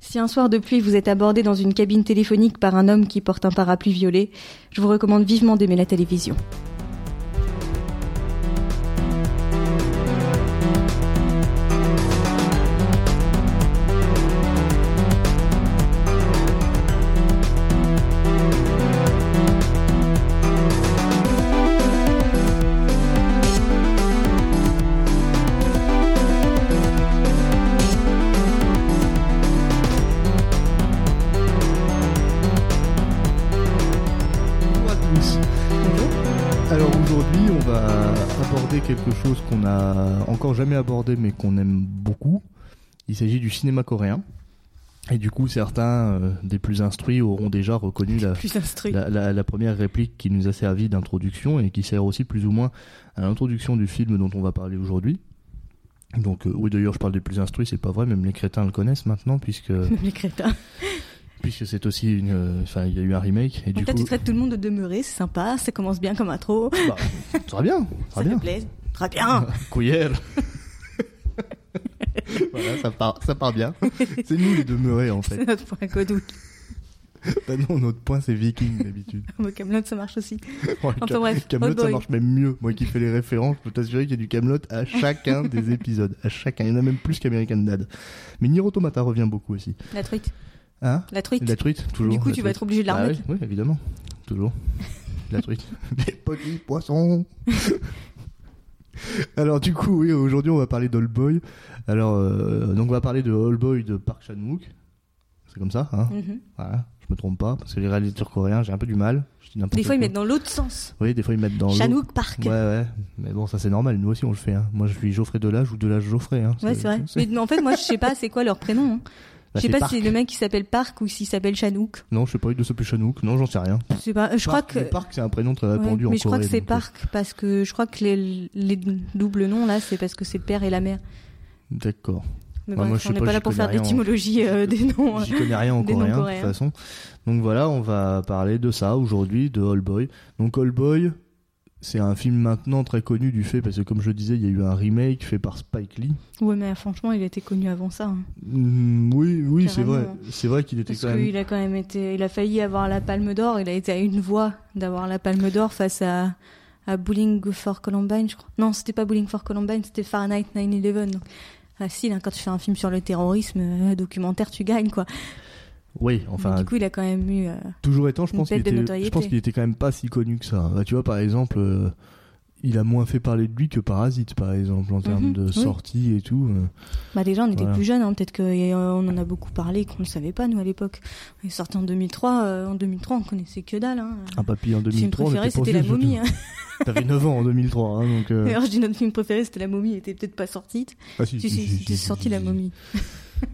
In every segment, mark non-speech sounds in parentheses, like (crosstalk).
Si un soir de pluie vous êtes abordé dans une cabine téléphonique par un homme qui porte un parapluie violet, je vous recommande vivement d'aimer la (laughs) télévision. Alors aujourd'hui, on va aborder quelque chose qu'on n'a encore jamais abordé mais qu'on aime beaucoup. Il s'agit du cinéma coréen. Et du coup, certains euh, des plus instruits auront déjà reconnu la, Plus instruit. la, la- la première réplique qui nous a servi d'introduction et qui sert aussi plus ou moins à l'introduction du film dont on va parler aujourd'hui. Donc euh, oui, d'ailleurs, je parle des plus instruits, c'est pas vrai, même les crétins le connaissent maintenant puisque Les crétins. puisque c'est aussi une, euh, enfin, il y a eu un remake et du Donc là, coup, tu traites tout le monde de demeurer, c'est sympa, ça commence bien comme intro. bah, très bien, Ça très te bien. plaît Très bien. Couillère (laughs) Voilà, ça part, ça part bien. C'est nous les demeurés en fait. (laughs) C'est notre point Godou. Bah non, notre point c'est viking (laughs) d'habitude. Au Camelot, ça marche aussi. Ouais, Enfin, bref, Kaamelott, Old ça Boy. marche même mieux. Moi qui fais les références, je peux t'assurer qu'il y a du Camelot à chacun des épisodes. À chacun. Il y en a même plus qu'American Dad. Mais Nier Automata revient beaucoup aussi. La truite. Hein La truite. La truite, toujours. du coup, la tu vas truite. être obligé de la Bah remettre. oui, oui, évidemment. (laughs) Toujours. La truite. Les petits poissons. (laughs) Alors du coup, oui, aujourd'hui on va parler d'Oldboy. Alors, euh, donc on va parler de Oldboy de Park Chan-wook. C'est comme ça, hein Mhm. Voilà, je me trompe pas, parce que les réalisateurs coréens, j'ai un peu du mal. Je dis n'importe Des fois, ils quoi. mettent dans l'autre sens. Oui, des fois ils mettent dans l'eau. Chanouk Park. Ouais, ouais. Mais bon, ça c'est normal, nous aussi on le fait. Hein. Moi je suis Geoffrey Delage ou Delage Geoffrey. Hein. Ouais, c'est vrai. Mais mais en fait, moi, je sais pas c'est quoi leur prénom. hein. Bah, je sais c'est pas Park. si c'est le mec qui s'appelle Park ou s'il s'appelle Chanouk. Non, je sais pas, il de ce plus Chanouk. Non, j'en sais rien. Je sais pas. Euh, Je Park, crois mais que. Park, c'est un prénom très Ouais, répandu en mais je crois Corée, que c'est donc, euh, Park parce que je crois que les, les doubles noms là, c'est parce que c'est le père et la mère. euh, D'accord. (laughs) Mais Ouais, bref, moi, je sais on n'est pas, pas, j'y là pour faire connais rien, hein. d'étymologie (laughs) euh, des noms. J'y connais rien en Des noms coréen, de coréens. toute façon. Donc voilà, on va parler de ça aujourd'hui, de All Boy. Donc All Boy, c'est un film maintenant très connu du fait, parce que comme je le disais, il y a eu un remake fait par Spike Lee. Ouais, mais franchement, il était connu avant ça. hein. Mm, oui, oui, c'est vrai. Carrément. C'est vrai qu'il était Parce quand même. qu'il a quand même été, il a failli avoir la Palme d'Or. Il a été à une voix d'avoir la Palme d'Or face à, à Bowling for Columbine, je crois. Non, c'était pas Bowling for Columbine, c'était Fahrenheit 9/11. Donc, facile, hein, quand tu fais un film sur le terrorisme, euh, documentaire, tu gagnes quoi. Oui, Mais enfin, du coup, il a quand même eu. euh, toujours étant, je une pense qu'il belle de était, notoriété. je pense qu'il était quand même pas si connu que ça. Bah, tu vois, par exemple, euh, il a moins fait parler de lui que Parasite, par exemple, en termes de Mhm, oui. sortie et tout. euh. Bah déjà, on était Voilà. plus jeunes, hein, peut-être qu'on en a beaucoup parlé, et qu'on ne savait pas nous à l'époque. On est sorti en 2003, euh, en 2003, on connaissait que dalle. Hein. Un papy en Notre film 2003. on préféré, était pas c'était La vieux, surtout. Momie. Hein. T'avais 9 ans en 2003, hein, (laughs) donc. euh, D'ailleurs, je dis notre film préféré, c'était La Momie, il était peut-être pas sorti. ah, si, Si, si, si, si, c'était si, sorti si, La si. Momie.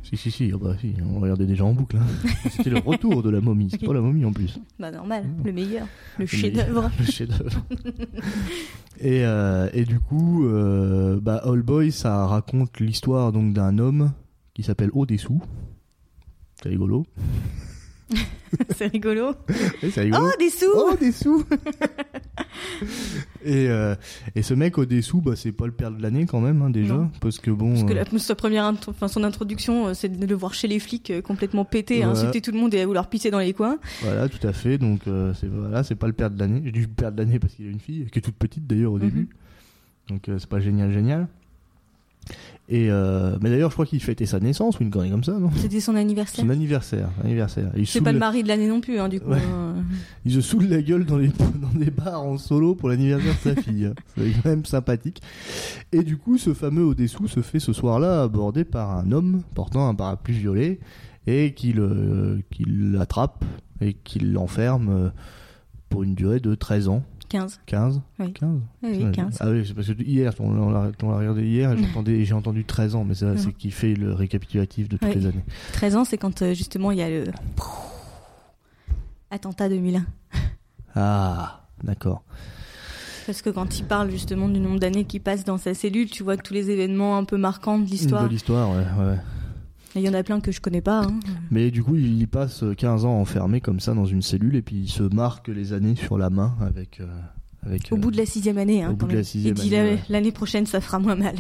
Si, si, si, ah bah, si, on regardait déjà en (laughs) boucle. hein. C'était le retour de la momie, c'est Ok. pas la momie en plus. Bah normal, le meilleur, le Mais- chef-d'œuvre. Mmh. Le (laughs) chef-d'œuvre. et, euh, et du coup, euh, bah, All Boy, ça raconte l'histoire donc d'un homme qui s'appelle Odessu. C'est rigolo. (laughs) C'est rigolo. Oui, c'est rigolo. Oh, des sous Oh, (laughs) des sous et, euh, et ce mec Odessu, bah, c'est pas le père de l'année quand même, hein, déjà. Non. Parce que bon. Parce que euh, la- sa première intro- enfin, son introduction, euh, c'est de le voir chez les flics euh, complètement pété, à Ouais. insulter tout le monde et à vouloir pisser dans les coins. Voilà, tout à fait. Donc, euh, c'est voilà, c'est pas le père de l'année. J'ai dit père de l'année parce qu'il a une fille qui est toute petite d'ailleurs au Mhm. début. Donc, euh, c'est pas génial, génial. Et euh, mais d'ailleurs, je crois qu'il fêtait sa naissance ou une connerie comme ça, non C'était son anniversaire. Son anniversaire, anniversaire. Il, C'est saoule- pas le mari de l'année non plus, hein, du coup. Ouais. hein. il se saoule la gueule dans les (laughs) dans des bars en solo pour l'anniversaire de sa (laughs) fille. C'est quand même sympathique. Et du coup, ce fameux Odessou se fait ce soir-là aborder par un homme portant un parapluie violet et qui le- qui l'attrape et qui l'enferme euh, pour une durée de 13 ans. 15. 15 Oui. 15 Ah Oui, Ouais, 15. Ah oui, c'est parce que hier, on l'a- on l'a on l'a regardé hier et (laughs) j'entendais- et j'ai entendu 13 ans, mais ça, Mhm. c'est qui fait le récapitulatif de toutes Oui. les années. 13 ans, c'est quand euh, justement il y a le. Attentat 2001. Ah, d'accord. Parce que quand il parle justement du nombre d'années qui passent dans sa cellule, tu vois tous les événements un peu marquants de Une l'histoire. belle histoire, ouais, ouais. Et Il y en a plein que je connais pas. hein. Mais du coup, il y passe 15 ans enfermé comme ça dans une cellule et puis il se marque les années sur la main avec. euh, avec Au euh, bout de la sixième année. Hein, au quand bout de la même. sixième Il dit année, la- ouais. l'année prochaine, ça fera moins mal.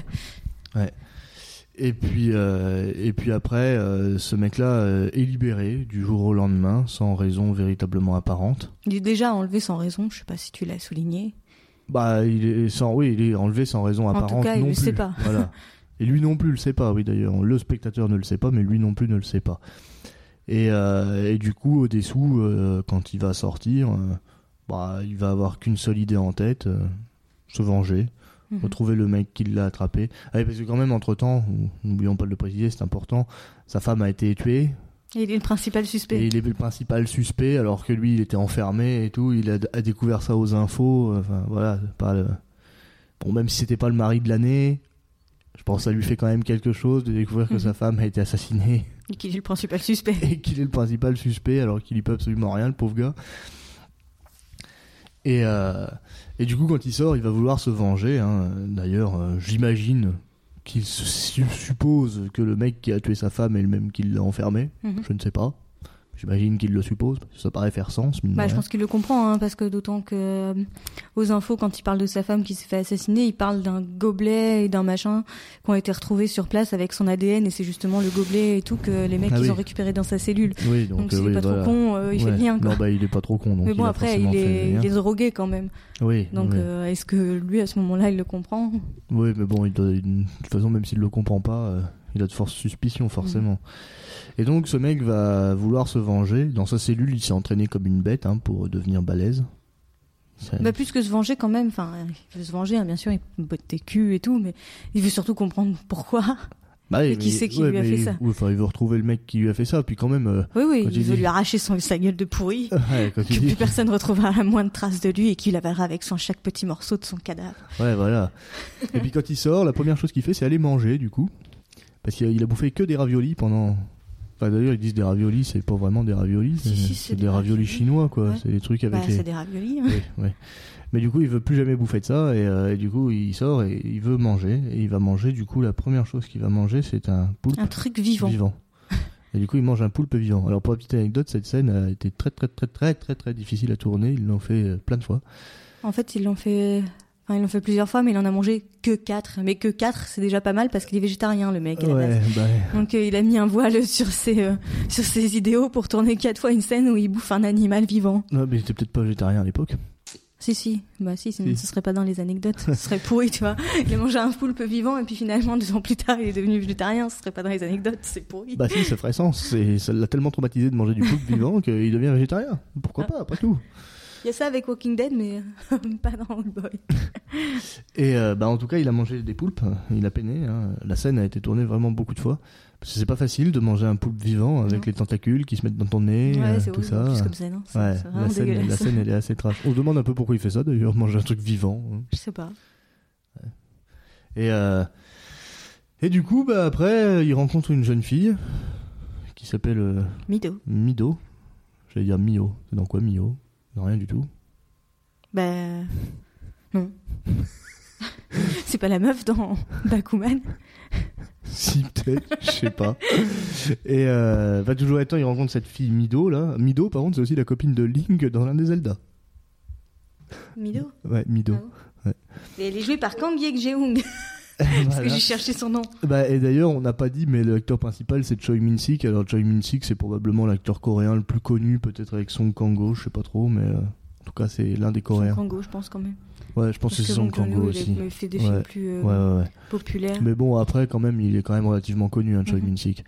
Et puis, euh, et puis après, euh, ce mec-là euh, est libéré du jour au lendemain, sans raison véritablement apparente. Il est déjà enlevé sans raison, je sais pas si tu l'as souligné. Bah, il est sans, oui, il est enlevé sans raison tout apparente. cas, il non le plus. sait pas. (laughs) Voilà. Et lui non plus le sait pas. Oui, d'ailleurs, le spectateur ne le sait pas, mais lui non plus ne le sait pas. Et, euh, et du coup, au-dessous, euh, quand il va sortir, euh, bah, il va avoir qu'une seule idée en tête euh, se venger. Mhm. retrouver le mec qui l'a attrapé. Ah oui, parce que quand même, entre-temps, n'oublions pas de le préciser, c'est important, sa femme a été tuée, Et Il est le principal et suspect. il est le principal suspect, alors que lui, il était enfermé et tout, il a, a découvert ça aux infos, euh, enfin voilà, c'est pas le... Bon, même si c'était pas le mari de l'année, je pense que ça lui fait quand même quelque chose de découvrir que Mhm. sa femme a été assassinée (laughs) Et qu'il est le principal (laughs) suspect. et qu'il est le principal suspect alors qu'il n'y peut absolument rien, le pauvre gars. Et, euh, et du coup, quand il sort, il va vouloir se venger. hein. D'ailleurs, euh, j'imagine qu'il se- su- suppose que le mec qui a tué sa femme est le même qui l'a enfermé. Mhm. Je ne sais pas. J'imagine qu'il le suppose, parce que ça paraît faire sens. mine de Bah, je rien. pense qu'il le comprend, hein, parce que d'autant que euh, aux infos, quand il parle de sa femme qui s'est fait assassiner, il parle d'un gobelet et d'un machin qui ont été retrouvés sur place avec son ADN, et c'est justement le gobelet et tout que les mecs Ah ils oui. ont récupéré dans sa cellule. Oui, Donc, donc, s'il euh, est oui, pas voilà. trop con, euh, il fait Ouais. le lien. Quoi. Non, bah, il est pas trop con. Donc Mais bon, il a après, forcément il fait le est, lien. il est drogué quand même. Oui, Donc, oui. euh, est-ce que lui, à ce moment-là, il le comprend Oui, mais bon, il doit- il- de toute façon, même s'il le comprend pas, euh, il a de fortes suspicions, forcément. Mm. Et donc, ce mec va vouloir se venger. Dans sa cellule, il s'est entraîné comme une bête hein, pour devenir balèze. Ça- Bah, plus que se venger quand même, enfin, il veut se venger, hein, bien sûr, il botte tes culs et tout, mais il veut surtout comprendre pourquoi. Bah oui, et qui mais- c'est qui lui a mais fait il- ça oui, enfin, il veut retrouver le mec qui lui a fait ça. Puis quand même, euh, (laughs) Oui, oui, Quand il il veut dit- lui arracher son, sa gueule de pourri. ouais, quand que il dit- plus personne ne retrouvera la moindre trace de lui et qu'il avalera avec son chaque petit morceau de son cadavre. Ouais, voilà. Et puis quand il sort, la première chose qu'il fait, c'est aller manger, du coup. Parce qu'il a, il a bouffé que des raviolis pendant. Enfin, d'ailleurs, ils disent des raviolis, c'est pas vraiment des raviolis. Si, c'est- si, c'est des raviolis chinois, quoi. Ouais. C'est des trucs avec Bah, les. C'est des raviolis. hein. Oui, oui. Mais du coup, il veut plus jamais bouffer de ça et, euh, et du coup, il sort et il veut manger et il va manger. Du coup, la première chose qu'il va manger, c'est un poulpe Un truc vivant. vivant. Et du coup, il mange un poulpe vivant. Alors, pour la petite anecdote, cette scène a été très, très, très, très, très, très difficile à tourner. Ils l'ont fait euh, plein de fois. En fait, ils l'ont fait. Enfin, ils l'ont fait plusieurs fois, mais il en a mangé que 4. Mais que 4, c'est déjà pas mal parce qu'il est végétarien, le mec, à la base. Ouais, bah, Donc, euh, il a mis un voile (laughs) sur ses, euh, sur ses idéaux pour tourner quatre fois une scène où il bouffe un animal vivant. ouais, mais il était peut-être pas végétarien à l'époque. Si, si. Bah, si, sinon Si. ce serait pas dans les anecdotes. Ce serait pourri, tu vois. Il a mangé un poulpe vivant et puis finalement, deux ans plus tard, il est devenu végétarien. Ce serait pas dans les anecdotes. C'est pourri. Bah, si, ça ferait sens. C'est- Ça l'a tellement traumatisé de manger du poulpe vivant (laughs) qu'il devient végétarien. Pourquoi pas, après tout Il y a ça avec Walking Dead, mais (laughs) euh, pas dans Old Boy. Et euh, bah, en tout cas, il a mangé des poulpes, il a peiné. hein. La scène a été tournée vraiment beaucoup de fois. Parce que c'est pas facile de manger un poulpe vivant avec Non. les tentacules qui se mettent dans ton nez, ouais, euh, c'est tout horrible, ça. juste comme ça, non C'est Ouais, c'est vraiment la scène, la dégueulasse. scène, elle est assez trash. On se demande un peu pourquoi il fait ça d'ailleurs, manger un truc vivant. hein. Je sais pas. Et, euh, et du coup, bah, après, il rencontre une jeune fille qui s'appelle euh, Mido. Mido. J'allais dire Mio. C'est dans quoi Mio Dans rien du tout. Bah. Non. (laughs) c'est pas la meuf dans (laughs) Bakuman. Si, peut-être, je sais pas. Et euh, va toujours être temps, il rencontre cette fille Mido, là. Mido, par contre, c'est aussi la copine de Link dans l'un des Zelda. Mido Ouais, Mido. Ouais. Et elle est jouée par Kang Yek Jeong. Ah, Ah Parce Voilà. que j'ai cherché son nom. Bah, et d'ailleurs, on n'a pas dit, mais l'acteur principal, c'est Choi Min-sik. Alors, Choi Min-sik, c'est probablement l'acteur coréen le plus connu, peut-être avec Song Kang-ho, je sais pas trop, mais euh, en tout cas, c'est l'un des coréens. Kango, je pense quand même. Ouais, je pense que c'est Song Kang-ho aussi. Il fait des Ouais. films plus euh, Ouais, ouais, ouais. populaires. Mais bon, après, quand même, il est quand même relativement connu, hein, Choi Mhm. Min-sik.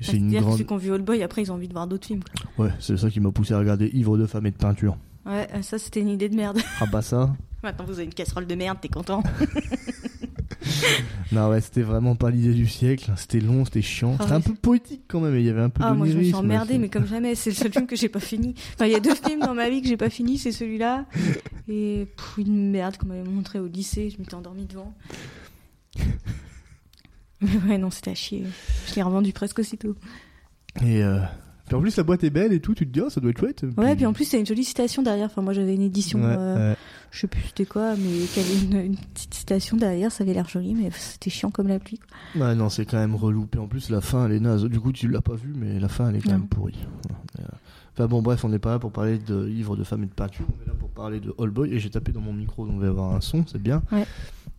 C'est une Bah, C'est-à-dire que grande. ceux qui ont vu Old Boy, après, ils ont envie de voir d'autres films. quoi. Ouais, c'est ça qui m'a poussé à regarder Ivre de femme et de peinture. Ouais, euh, ça, c'était une idée de merde. (laughs) Ah, bah ça. Maintenant, vous avez une casserole de merde, t'es content. Non, ouais, c'était vraiment pas l'idée du siècle. C'était long, c'était chiant. Ah c'était un oui. peu poétique quand même, et il y avait un peu Ah, moi je me suis d'onirisme. emmerdée, mais comme jamais. C'est le seul film que j'ai pas fini. Enfin, il y a deux films dans ma vie que j'ai pas fini, c'est celui-là. Et pff, une merde qu'on m'avait montré au lycée, je m'étais endormie devant. (laughs) Mais ouais, non, c'était à chier. Je l'ai revendu presque aussitôt. Et euh, puis en plus, la boîte est belle et tout, tu te dis, oh, ça doit être chouette. Ouais, puis en plus, il y a une jolie citation derrière. Enfin, moi j'avais une édition, Ouais, euh, ouais. je sais plus c'était quoi, mais qui avait une, une petite citation derrière, ça avait l'air joli, mais c'était chiant comme la pluie. quoi. Ouais, non, c'est quand même reloupé. En plus, la fin, elle est naze. Du coup, tu l'as pas vue, mais la fin, elle est quand Non. même pourrie. Ouais. Enfin bon, bref, on n'est pas là pour parler de livres de femmes et de peinture. On est là pour parler de All Boy. Et j'ai tapé dans mon micro, donc il va y avoir un son, c'est bien. Ouais.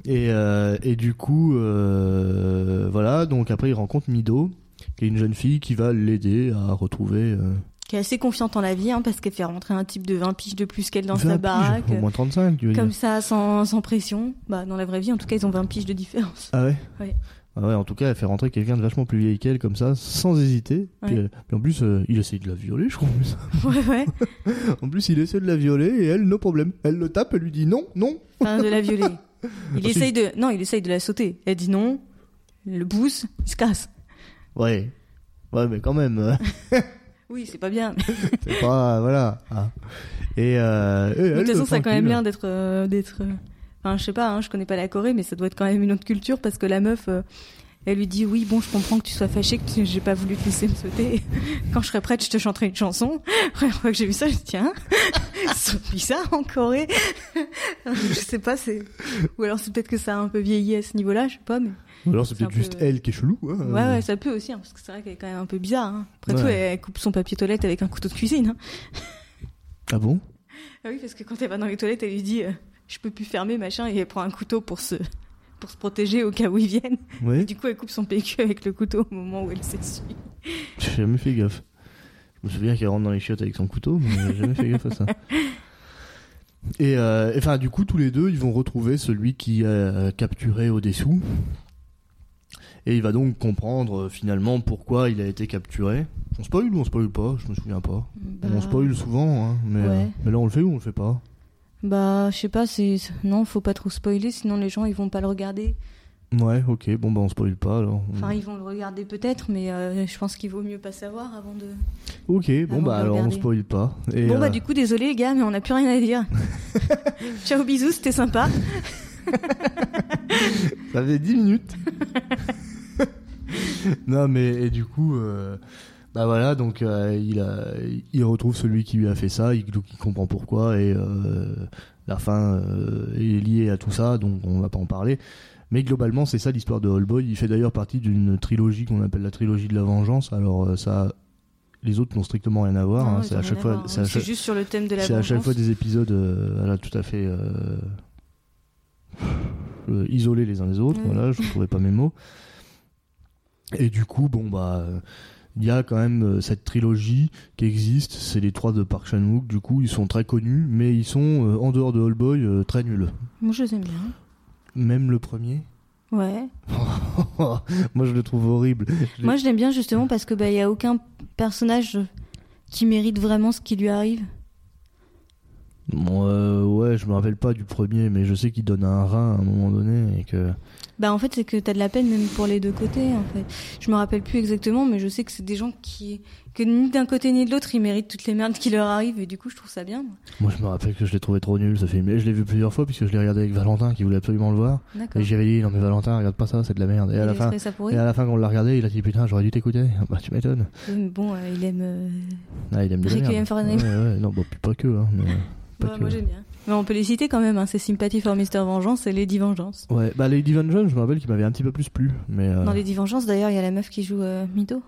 Et, euh, et du coup, euh, voilà, donc après il rencontre Mido, qui est une jeune fille qui va l'aider à retrouver euh, Qui est assez confiante en la vie, hein, parce qu'elle fait rentrer un type de 20 piges de plus qu'elle dans 20 sa piges, baraque. au moins 35, tu veux Comme dire. ça, sans, sans pression. Bah, dans la vraie vie, en tout cas, ils ont 20 piges de (laughs) différence. Ah ouais Ouais. Ah ouais, en tout cas, elle fait rentrer quelqu'un de vachement plus vieille qu'elle, comme ça, sans hésiter. Puis, Ouais. elle- puis en plus, euh, il essaye de la violer, je crois. en plus. ouais, ouais. En plus, il essaie de la violer et elle, no problème. Elle le tape, elle lui dit non, non. Enfin, de la violer. Il Ensuite- essaye de, non, il essaye de la sauter. Elle dit non, il le pousse, il se casse. Ouais. Ouais, mais quand même. (laughs) euh, Oui, c'est pas bien. C'est pas. Voilà. Ah. Et, euh, et elle, Mais de toute façon, euh, ça a quand même tranquille. l'air d'être. euh, d'être euh, Enfin, je sais pas, hein, je connais pas la Corée, mais ça doit être quand même une autre culture parce que la meuf, euh, elle lui dit Oui, bon, je comprends que tu sois fâchée, que tu- j'ai pas voulu te laisser me sauter. (laughs) Quand je serai prête, je te chanterai une chanson. (laughs) La première fois que j'ai vu ça, je dis Tiens, (laughs) ils sont bizarres en Corée. (laughs) je sais pas, c'est. Ou alors c'est peut-être que ça a un peu vieilli à ce niveau-là, je sais pas, mais. Ou alors, c'est C'est peut-être un juste peu- elle qui est chelou. hein. Ouais, ouais, ça peut aussi, hein, parce que c'est vrai qu'elle est quand même un peu bizarre. hein. Après tout, Ouais. elle elle coupe son papier toilette avec un couteau de cuisine. hein. Ah bon Ah oui, parce que quand elle va dans les toilettes, elle lui dit euh, Je peux plus fermer, machin, et elle prend un couteau pour se, pour se protéger au cas où ils viennent. Ouais. Et du coup, elle coupe son PQ avec le couteau au moment où elle s'essuie. J'ai jamais fait gaffe. Je me souviens qu'elle rentre dans les chiottes avec son couteau, mais j'ai jamais fait gaffe à ça. Et euh, et enfin, du coup, tous les deux, ils vont retrouver celui qui a euh, capturé Odessou. Et il va donc comprendre euh, finalement pourquoi il a été capturé. On spoil ou on spoil pas Je me souviens pas. Bah, On spoil souvent, hein, mais, Bah. Ouais. euh, mais là on le fait ou on le fait pas Bah, je sais pas, c'est. Non, faut pas trop spoiler, sinon les gens, ils vont pas le regarder. Ouais, ok, bon bah on spoil pas alors. Enfin, ils vont le regarder peut-être, mais euh, je pense qu'il vaut mieux pas savoir avant de. Ok, bon avant bah de alors on regarder. spoil pas. Et, bon, bah, euh, du coup, désolé les gars, mais on a plus rien à (laughs) dire. Ciao, bisous, c'était sympa. Ça fait 10 minutes. (laughs) non, mais et du coup, euh, bah voilà, donc euh, il, a, il retrouve celui qui lui a fait ça, il, donc il comprend pourquoi, et euh, la fin euh, est liée à tout ça, donc on va pas en parler. Mais globalement, c'est ça l'histoire de Hallboy. Il fait d'ailleurs partie d'une trilogie qu'on appelle la trilogie de la vengeance. Alors, euh, ça, les autres n'ont strictement rien à voir. Non, hein, ils c'est ont à rien chaque fois, voir, c'est à hein. chaque- C'est juste sur le thème de la c'est à chaque vengeance. fois des épisodes euh, voilà, tout à fait euh, euh, isolés les uns des autres. Mm. Voilà, je ne trouvais pas mes mots. Et du coup, bon, bah. euh, Il y a quand même euh, cette trilogie qui existe, c'est les trois de Park Chan-wook. Du coup, ils sont très connus, mais ils sont euh, en dehors de Hallboy euh, très nuls. Moi, je les aime bien. Même le premier, (laughs) Ouais. moi je le trouve horrible. Je l'ai- Moi, je l'aime bien justement parce que bah il y a aucun personnage qui mérite vraiment ce qui lui arrive. Bon, euh, ouais, je me rappelle pas du premier, mais je sais qu'il donne un rein à un moment donné et que Bah en fait, c'est que t'as de la peine même pour les deux côtés. En fait, je me rappelle plus exactement, mais je sais que c'est des gens qui que ni d'un côté ni de l'autre ils méritent toutes les merdes qui leur arrivent et du coup, je trouve ça bien. moi. Moi, je me rappelle que je l'ai trouvé trop nul ce film. Et je l'ai vu plusieurs fois puisque je l'ai regardé avec Valentin qui voulait absolument le voir. D'accord. Et j'avais dit non mais Valentin, regarde pas ça, c'est de la merde. Ah. Et Il à la a fin, trouvé ça pourri. et à la fin quand on l'a regardé, il a dit putain, j'aurais dû t'écouter. Ah, Bah tu m'étonnes. Oui, mais bon, euh, il aime. euh, Ah, il aime de la Requiem merde. for a ouais, Dream. ouais, non, bon, puis pas que. Hein, mais, pas ouais, que. moi, j'aime bien. Mais on peut les citer quand même. Hein. C'est Sympathy for Mr Vengeance et Lady Vengeance. Ouais, bah Lady Van Jones, je me rappelle qu'il m'avait un petit peu plus plu, mais euh, Dans Lady Vengeance, d'ailleurs, il y a la meuf qui joue euh, Mido.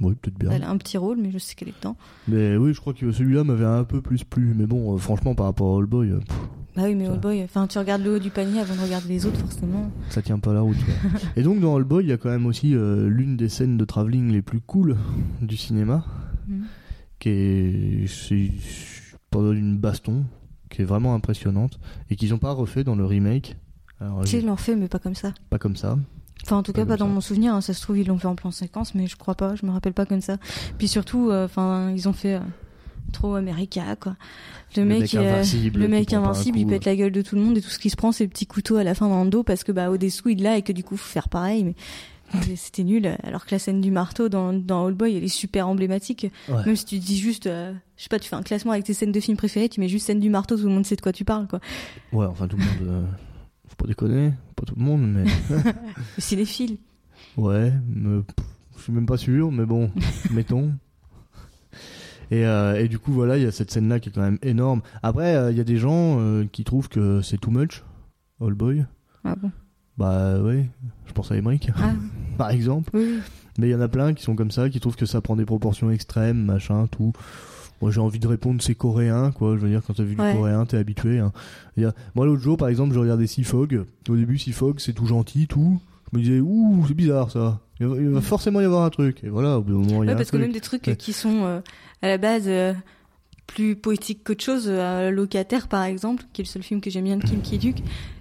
oui, peut-être bien. Elle a un petit rôle, mais je sais qu'elle est dedans. Mais oui, je crois que celui-là m'avait un peu plus plu, mais bon, euh, franchement, par rapport à Hallboy, euh, pff, Bah oui, mais Ça. Old Boy, enfin, tu regardes le haut du panier avant de regarder les autres, forcément. ça tient pas la route. (laughs) quoi. Et donc dans Hallboy, il y a quand même aussi euh, l'une des scènes de travelling les plus cool du cinéma. Mhm. qui est c'est- pendant une baston qui est vraiment impressionnante et qu'ils n'ont pas refait dans le remake. Alors, Tu sais, j'ai- ils l'ont fait, mais pas comme ça. pas comme ça. Enfin, en tout Pas cas, pas comme dans ça. mon souvenir. hein. Ça se trouve, ils l'ont fait en plan séquence, mais je crois pas, je me rappelle pas comme ça. Puis surtout, euh, enfin, ils ont fait euh, trop America, quoi. Le, Le mec, mec il, euh, invincible le qui mec prend pas un invincible, il coup, pète la gueule de tout le monde et tout ce qu'il se prend, c'est le petit couteau à la fin dans le dos parce que, bah, au dessous, il l'a et que du coup, faut faire pareil, (laughs) mais. mais C'était nul, alors que la scène du marteau dans, dans Old Boy, elle est super emblématique. Ouais. Même si tu dis juste, euh, je sais pas, tu fais un classement avec tes scènes de films préférées, tu mets juste scène du marteau, tout le monde sait de quoi tu parles, quoi. Ouais, enfin tout le monde. euh, Faut pas déconner, pas tout le monde, (laughs) mais. Mais C'est les fils. Ouais, me- pff, je suis même pas sûr, (laughs) mais bon, mettons. Et, euh, et du coup, voilà, il y a cette scène-là qui est quand même énorme. Après, euh, il y a des gens euh, qui trouvent que c'est too much, Hallboy. Ah bon Bah ouais, je pense à Emmerich, Ah, par exemple. oui, oui. Mais il y en a plein qui sont comme ça, qui trouvent que ça prend des proportions extrêmes, machin, tout. Moi, j'ai envie de répondre, c'est coréen, quoi. Je veux dire, quand t'as vu Ouais. du coréen, t'es habitué. hein. Je veux dire, Moi, l'autre jour, par exemple, je regardais Seafog. Au début, Seafog, c'est tout gentil, tout. Je me disais, ouh, c'est bizarre ça. Il va, il va forcément y avoir un truc. Et voilà, au bout d'un moment, il y Ouais, a un parce que truc. même des trucs Ouais. qui sont euh, à la base euh, plus poétiques qu'autre chose, euh, Locataire par exemple, qui est le seul film que j'aime bien de Kim Ki-duk,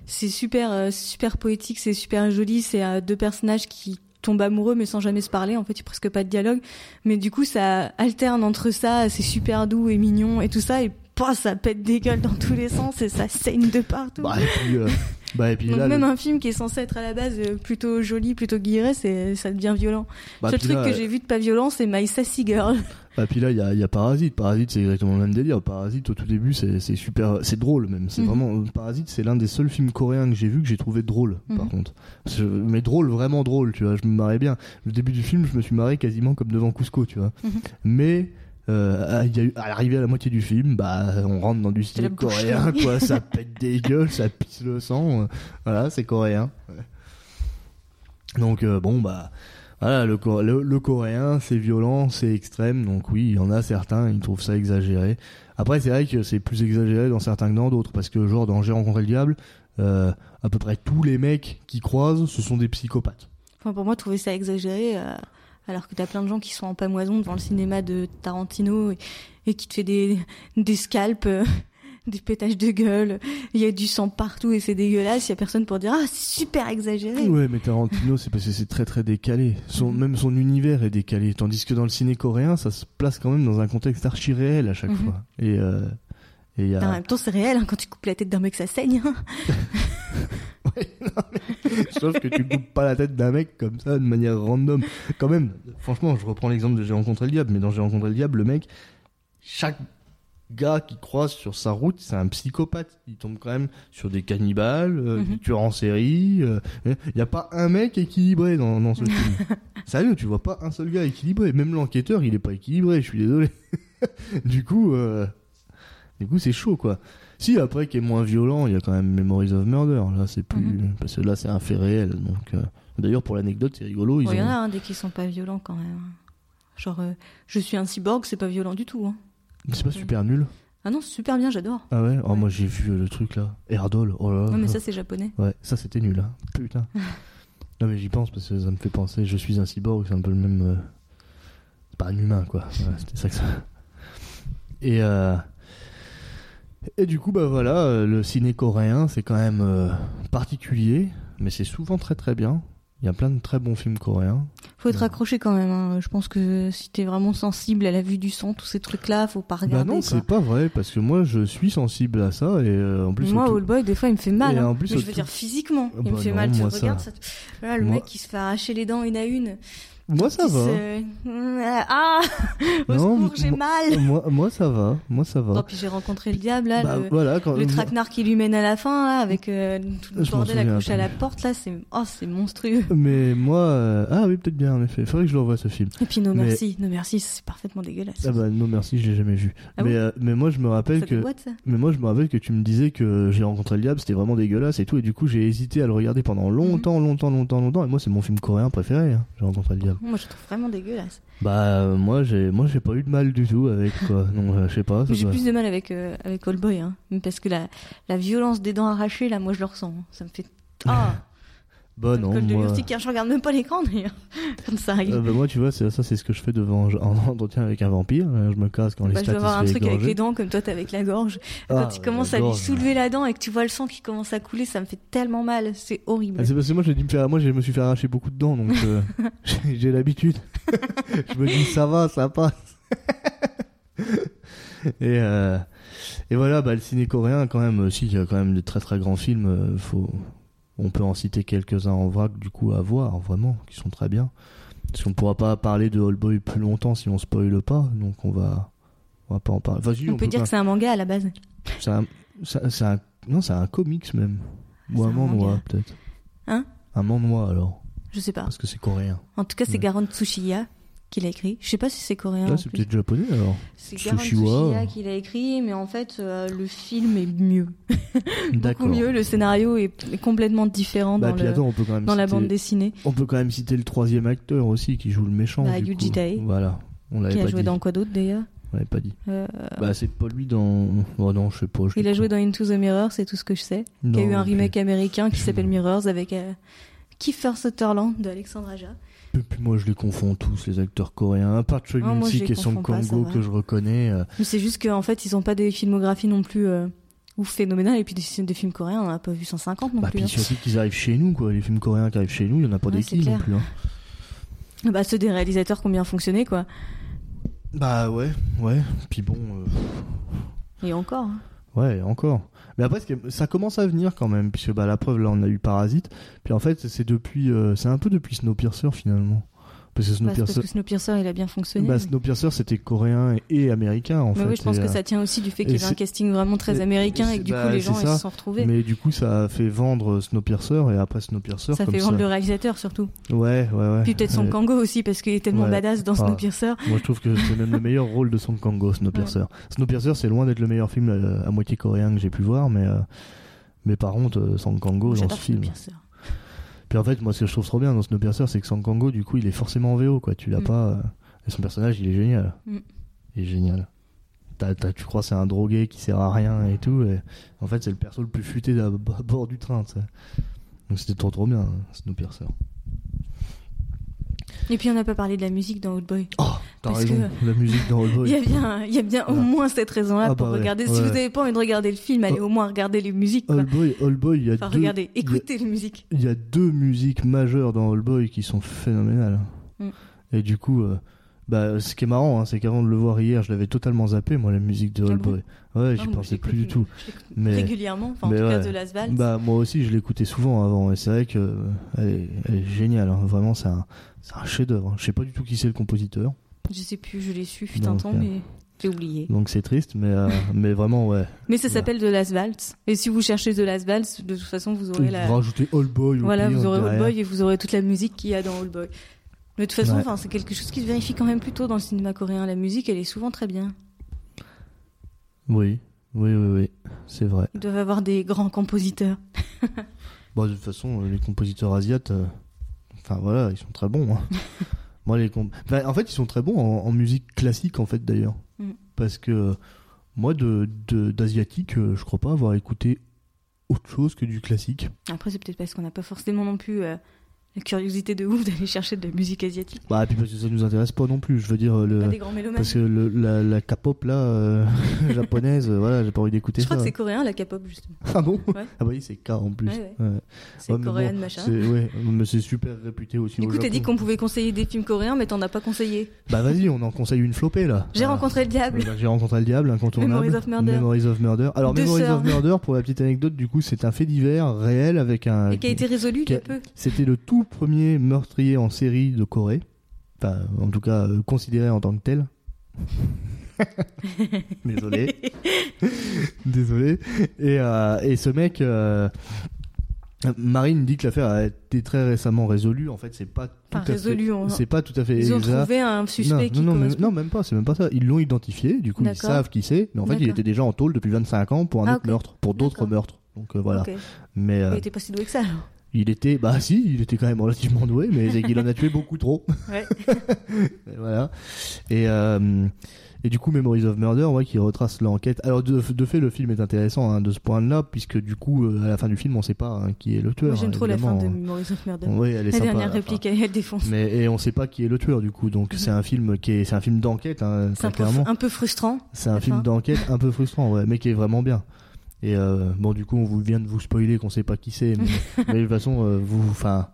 c'est super, euh, super poétique, c'est super joli, c'est euh, deux personnages qui tombent amoureux mais sans jamais se parler, en fait il n'y a presque pas de dialogue, mais du coup ça alterne entre ça, c'est super doux et mignon et tout ça, et pouah, ça pète des gueules dans tous les sens et ça saigne de partout. Bah, et (laughs) puis, euh, bah, et puis Donc là, même le- un film qui est censé être à la base euh, plutôt joli, plutôt guiré, c'est ça devient violent. bah, le seul puis truc là, que j'ai vu de pas violent, c'est My Sassy Girl. bah, puis là, il y a, il y a Parasite. Parasite, c'est exactement le même délire. Parasite, au tout début, c'est c'est super, c'est drôle même. C'est Mhm. vraiment euh, Parasite, c'est l'un des seuls films coréens que j'ai vu que j'ai trouvé drôle. Par Mhm. contre, Je- mais drôle, vraiment drôle. Tu vois, je me marrais bien. Le début du film, je me suis marré quasiment comme devant Cusco. Tu vois, Mhm. mais euh, il y a eu- à l'arrivée à la moitié du film, bah, on rentre dans du style la boucherie. coréen, quoi. ça pète des gueules, ça pisse le sang. euh, Voilà, c'est coréen. Ouais. Donc euh, bon, bah. Voilà, le, cor- le- le coréen, c'est violent, c'est extrême, donc oui, il y en a certains, ils trouvent ça exagéré. Après, c'est vrai que c'est plus exagéré dans certains que dans d'autres, parce que genre dans J'ai rencontré le diable, euh, à peu près tous les mecs qui croisent, ce sont des psychopathes. Enfin, pour moi, trouver ça exagéré, euh, alors que t'as plein de gens qui sont en pamoison devant le cinéma de Tarantino et, et qui te fait des, des scalps, euh, (laughs) des pétages de gueule, il y a du sang partout et c'est dégueulasse, il y a personne pour dire « Ah, c'est super exagéré Ouais, mais Tarantino, c'est parce que c'est très très décalé. Son, même son univers est décalé. Tandis que dans le ciné coréen, ça se place quand même dans un contexte archi réel à chaque Mhm. fois. Et euh, et il y a... Putain, En même temps, c'est réel, hein, quand tu coupes la tête d'un mec, ça saigne. hein. Ouais, non, mais- (laughs) Sauf que tu coupes pas la tête d'un mec comme ça de manière random. Quand même, franchement, je reprends l'exemple de J'ai rencontré le diable, mais dans J'ai rencontré le diable, le mec, chaque gars qui croise sur sa route, c'est un psychopathe. Il tombe quand même sur des cannibales, euh, Mhm. des tueurs en série. euh, Il n'y a pas un mec équilibré dans, dans ce film. Sérieux, tu vois pas un seul gars équilibré. Même l'enquêteur, il est pas équilibré, je suis désolé. du coup, euh, du coup, c'est chaud, quoi. Si, après, qui est moins violent, il y a quand même Memories of Murder. Là, c'est plus. Mhm. Parce que là, c'est un fait réel. Donc, euh, D'ailleurs, pour l'anecdote, c'est rigolo. Ils Bon, Il y en ont- a hein, des qui sont pas violents quand même. Genre, euh, je suis un cyborg, c'est pas violent du tout. hein. C'est pas super nul. Ah non, c'est super bien, j'adore. Ah ouais Oh, Ouais. moi, j'ai vu euh, le truc là. Erdol. Oh là là. Non, mais ça, c'est japonais. Ouais, ça, c'était nul. Hein. (laughs) Putain. non, mais j'y pense parce que ça me fait penser. Je suis un cyborg, c'est un peu le même. euh, c'est pas un humain, quoi. (laughs) Voilà, c'était ça que ça. Et. euh, Et du coup, bah voilà, euh, le ciné coréen, c'est quand même euh, particulier, mais c'est souvent très très bien. Il y a plein de très bons films coréens. Faut être Ouais. accroché quand même. hein. Je pense que si t'es vraiment sensible à la vue du sang, tous ces trucs-là, faut pas regarder. bah non, quoi. c'est pas vrai, parce que moi je suis sensible à ça, et euh, en plus. moi, au tout- Old Boy, des fois, il me fait mal. Et hein. en plus, Mais je au veux tout- dire physiquement, Ah il me bah fait non, mal. Tu moi, regardes, ça- ça... te- Voilà, le Moi- mec qui se fait arracher les dents une à une. moi ça qui va. se- Ah (laughs) Au Non, secours, j'ai moi- mal moi, moi ça va, moi ça va. Tant pis, j'ai rencontré le diable, là, Bah, le... voilà, quand- le moi- traquenard qui lui mène à la fin, là, avec euh, tout le Je m'en bordel souviens accroché à plus. la porte, là, c'est oh, c'est monstrueux. Mais moi, euh, ah oui, peut-être bien en effet. Faudrait que je le revoie ce film. Et puis, no Mais- merci, no merci, c'est parfaitement dégueulasse. Ah bah non merci, je l'ai jamais vu. Ah mais bon euh, mais moi je me ça rappelle te que boite, ça mais moi je me rappelle que tu me disais que j'ai rencontré le diable, c'était vraiment dégueulasse et tout et du coup j'ai hésité à le regarder pendant Mhm. longtemps, longtemps, longtemps, longtemps et moi c'est mon film coréen préféré. hein, J'ai rencontré le diable. Moi, je le trouve vraiment dégueulasse. Bah euh, moi j'ai moi j'ai pas eu de mal du tout avec (laughs) quoi. Non, euh, je sais pas. ça Mais J'ai doit- plus de mal avec, euh, avec Old Boy, hein. Mais parce que la, la violence des dents arrachées, là, moi je le ressens. hein. Ça me fait. Ah Bah ça me non, colle de moi... l'urticaire. Je regarde même pas l'écran d'ailleurs, (laughs) quand ça arrive. Euh, bah, moi, tu vois, c'est- ça, c'est ce que je fais devant en entretien avec un vampire. Euh, Je me casse quand les Bah, je stats dois avoir un ils se truc fait avec les égorger. dents, comme toi t'as avec la gorge. Ah, quand tu commences à lui gorge. soulever la dent et que tu vois le sang qui commence à couler, ça me fait tellement mal. C'est horrible. Ah, c'est parce que moi, j'ai dû me faire, moi, je me suis fait arracher beaucoup de dents, donc euh, (laughs) j'ai j'ai l'habitude. (laughs) je me dis, ça va, ça passe. (laughs) et, euh, et voilà, bah, le ciné coréen, quand même, aussi, il y a quand même des très très grands films. euh, faut, on peut en citer quelques-uns en vrac, du coup, à voir, vraiment, qui sont très bien. Parce qu'on ne pourra pas parler de All Boy plus longtemps si on spoile pas, donc on va, on va pas en parler. Enfin, si, on, peut dire quand que c'est un manga à la base. c'est un, c'est un- c'est un- non, c'est un comics même. Ou C'est un un manhwa manga. peut-être. Hein Un manhwa alors. Je sais pas. Parce que c'est coréen. En tout cas, c'est Ouais. Garon Tsuchiya qui l'a écrit. Je sais pas si c'est coréen. Là, en c'est plus. peut-être japonais alors. C'est Garon Tsuchiya. Tsuchiya qui l'a écrit, mais en fait, euh, le film est mieux. Beaucoup D'accord. mieux. Le scénario est est complètement différent Bah, dans puis le. attends, on peut quand même dans la citer- bande dessinée On peut quand même citer le troisième acteur aussi qui joue le méchant. Bah, du Yuji coup. Tae. Voilà. On l'avait qui a pas joué dit. dans quoi d'autre d'ailleurs on l'avait pas dit. Euh, Bah, c'est pas lui dans. Oh non, je sais pas. je il a sais joué dans Into the Mirror, c'est tout ce que je sais. pas. Il y a eu Non, un remake américain qui je- s'appelle Mirrors avec euh, Kiefer Sutherland de Alexandre Aja. puis- puis moi, je les confonds tous, les acteurs coréens. À part Choi Ah, moi, Min-sik je les et Song confonds pas, ça Kang-ho va. que je reconnais. euh, Mais c'est juste qu'en fait, ils ont pas des filmographies non plus euh, ouf phénoménales. Et puis des, des films coréens, on en a pas vu 150 non Bah, plus. puis hein. surtout qu'ils arrivent chez nous, quoi. Les films coréens qui arrivent chez nous, il y en a pas Ouais, des c'est quilles non clair. plus. hein. Bah, ceux des réalisateurs qui ont bien fonctionné, quoi. Bah, ouais, ouais. Puis bon, euh, Et encore. hein. ouais, encore. Mais après, ce qui est- ça commence à venir quand même, puisque bah, la preuve, là, on a eu Parasite. Puis en fait, c'est depuis. euh, c'est un peu depuis Snowpiercer finalement. Parce que Bah, c'est parce Snowpiercer. que Snowpiercer, il a bien fonctionné. Bah, mais- Snowpiercer, c'était coréen et, et américain en Mais fait. oui, je pense et, que euh, ça tient aussi du fait et qu'il y avait un c'est- casting vraiment et- très américain et que du bah, coup les c'est gens ils ça. se sont retrouvés. Mais du coup, ça a fait vendre euh, Snowpiercer et après Snowpiercer ça comme fait vendre ça. le réalisateur surtout. Ouais, ouais, ouais. Puis peut-être Ouais. son Kango aussi parce qu'il est tellement Ouais. badass dans Ah. Snowpiercer. Moi, je trouve que c'est même le meilleur rôle de Song Kang-ho, Snowpiercer. Snowpiercer, c'est loin d'être le meilleur film euh, à moitié coréen que j'ai pu voir, mais euh, mais par contre, euh, Song Kang-ho dans ce J'adore film. Snowpiercer. Puis en fait, moi, ce que je trouve trop bien dans Snowpiercer, c'est que Song Kang-ho, du coup, il est forcément en VO, quoi. Tu l'as Mm. pas. euh, Et son personnage, il est génial. Mm. Il est génial. T'as- t'as- tu crois que c'est un drogué qui sert à rien et tout. Et en fait, c'est le perso le plus futé d'à- à, bord du train. tu sais. Donc c'était trop trop bien, hein, Snowpiercer. Et puis on n'a pas parlé de la musique dans Old Boy. Oh, t'as Parce raison. La musique dans Old (laughs) Boy. Il y a bien, il y a bien au Ah. moins cette raison-là Ah pour bah ouais, regarder. Si ouais. vous n'avez pas envie de regarder le film, allez Oh. au moins regarder les musiques. quoi. Old Boy, Old Boy, il y a Enfin, deux- regardez, il y a- écoutez les musiques. il y a deux musiques majeures dans All Boy qui sont phénoménales. Mm. Et du coup, euh, bah, ce qui est marrant, hein, c'est qu'avant de le voir hier, je l'avais totalement zappé, moi, la musique de Ah All bon Boy. Ouais, Non, j'y mais je pensais l'écoute plus du tout. je l'écoute Mais- Régulièrement, enfin en mais tout cas ouais. de Las Valls. Bah, moi aussi, je l'écoutais souvent avant, et c'est vrai que euh, elle est, elle est géniale. hein. Vraiment, c'est un, c'est un chef-d'œuvre. hein. Je sais pas du tout qui c'est le compositeur, Je sais plus, je l'ai su, fut Non, un temps, ok. mais j'ai oublié. donc c'est triste, mais, (laughs) euh, mais vraiment, ouais. Mais ça Ouais. s'appelle The Last Waltz. Et si vous cherchez The Last Waltz, de toute façon, vous aurez la. Rajoutez All Boy. au Voilà, pire, vous aurez Old derrière. Boy et vous aurez toute la musique qu'il y a dans Old Boy. Mais de toute façon, Ouais. enfin, c'est quelque chose qui se vérifie quand même plutôt dans le cinéma coréen. La musique, elle est souvent très bien. Oui, oui, oui, oui. C'est vrai. Ils doivent avoir des grands compositeurs. Bon, de toute façon, euh, les compositeurs asiates, euh, enfin voilà, ils sont très bons. hein. (laughs) Moi, les comp- enfin, en fait, ils sont très bons en, en musique classique, en fait, d'ailleurs. Mm. Parce que euh, moi, de, de- d'asiatique, euh, je crois pas avoir écouté autre chose que du classique. Après, c'est peut-être parce qu'on n'a pas forcément non plus euh, la curiosité de ouf (laughs) d'aller chercher de la musique asiatique. Bah, et puis parce que ça nous intéresse pas non plus. Je veux dire, euh, le... Pas des grands mélomanes. parce que le- la, la K-pop là, euh, (laughs) japonaise, euh, voilà, j'ai pas envie d'écouter Je crois que ça. c'est coréen, la K-pop, justement. Ah bon Ouais. Ah bah oui, c'est K en plus. Ouais, ouais. Ouais. C'est Ouais, mais coréen, bon, machin. c'est- ouais, mais c'est super réputé aussi. Du au coup, t'as Japon. dit qu'on pouvait conseiller des films coréens, mais t'en as pas conseillé. Bah vas-y, on en conseille une flopée là. J'ai Voilà. rencontré le diable. Euh, bah, J'ai rencontré le diable, incontournable. Memories of Murder. Memories of Murder. Alors, Deux Memories sœurs. of Murder, pour la petite anecdote, du coup, c'est un fait divers réel avec un. et qui a été résolu Ah, qui il y a- a peu. C'était le tout premier meurtrier en série de Corée. Enfin, en tout cas, euh, considéré en tant que (laughs) tel. Désolé. Désolé. Et, euh, et ce mec. euh, Marine dit que l'affaire a été très récemment résolue. En fait, c'est pas tout Enfin, à fait- résolue, on- C'est pas tout à fait Ils ont exact. trouvé un Non, suspect non, qui non, mais- correspond. non, même pas, c'est même pas ça. Ils l'ont identifié, du coup ils D'accord. savent qui c'est, mais en fait il D'accord. était déjà en tôle depuis 25 ans pour un Ah, autre ok. meurtre, pour d'autres D'accord. meurtres. Donc euh, voilà. Ok. Mais euh, Il était pas si doué que ça. alors. il était, bah si, il était quand même relativement doué, mais c'est qu'il en a tué beaucoup trop. Ouais. (laughs) Et voilà. Et, euh, et du coup, Memories of Murder, ouais, qui retrace l'enquête. Alors de, de fait, le film est intéressant hein, de ce point-là, puisque du coup, euh, à la fin du film, on sait pas hein, qui est le tueur. Moi, j'aime hein, trop la fin évidemment. de Memories of Murder. Ouais, elle est La sympa, dernière la fin. réplique, elle, elle défonce. Mais et on sait pas qui est le tueur du coup, donc c'est un film qui est, c'est un film d'enquête, hein, C'est très un, peu- clairement. un peu frustrant. C'est un La film fin. d'enquête un peu frustrant, ouais, mais qui est vraiment bien. Et euh, bon, du coup, on vous vient de vous spoiler qu'on sait pas qui c'est, (laughs) mais, mais de toute façon, euh, vous, enfin,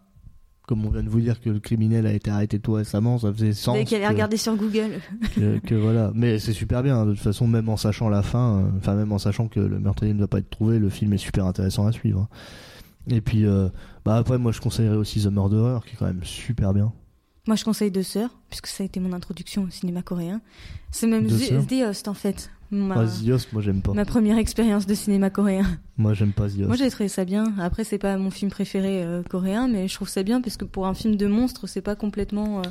comme on vient de vous dire que le criminel a été arrêté tout récemment, ça faisait sens. Et qu'elle que- allait regarder sur Google. que, que voilà. Mais c'est super bien. hein. De toute façon, même en sachant la fin, euh, enfin même en sachant que le meurtrier ne doit pas être trouvé, le film est super intéressant à suivre. hein. Et puis, euh, bah après, moi, je conseillerais aussi The Murderer, qui est quand même super bien. Moi, je conseille Deux Sœurs, puisque ça a été mon introduction au cinéma coréen. C'est même Deux Sœurs The, The Host, en fait. Ma, Moi, The Host, moi, j'aime pas. ma première expérience de cinéma coréen. Moi, j'aime pas The Host. Moi, j'ai trouvé ça bien. Après, c'est pas mon film préféré euh, coréen, mais je trouve ça bien, parce que pour un film de monstre, c'est pas complètement. euh,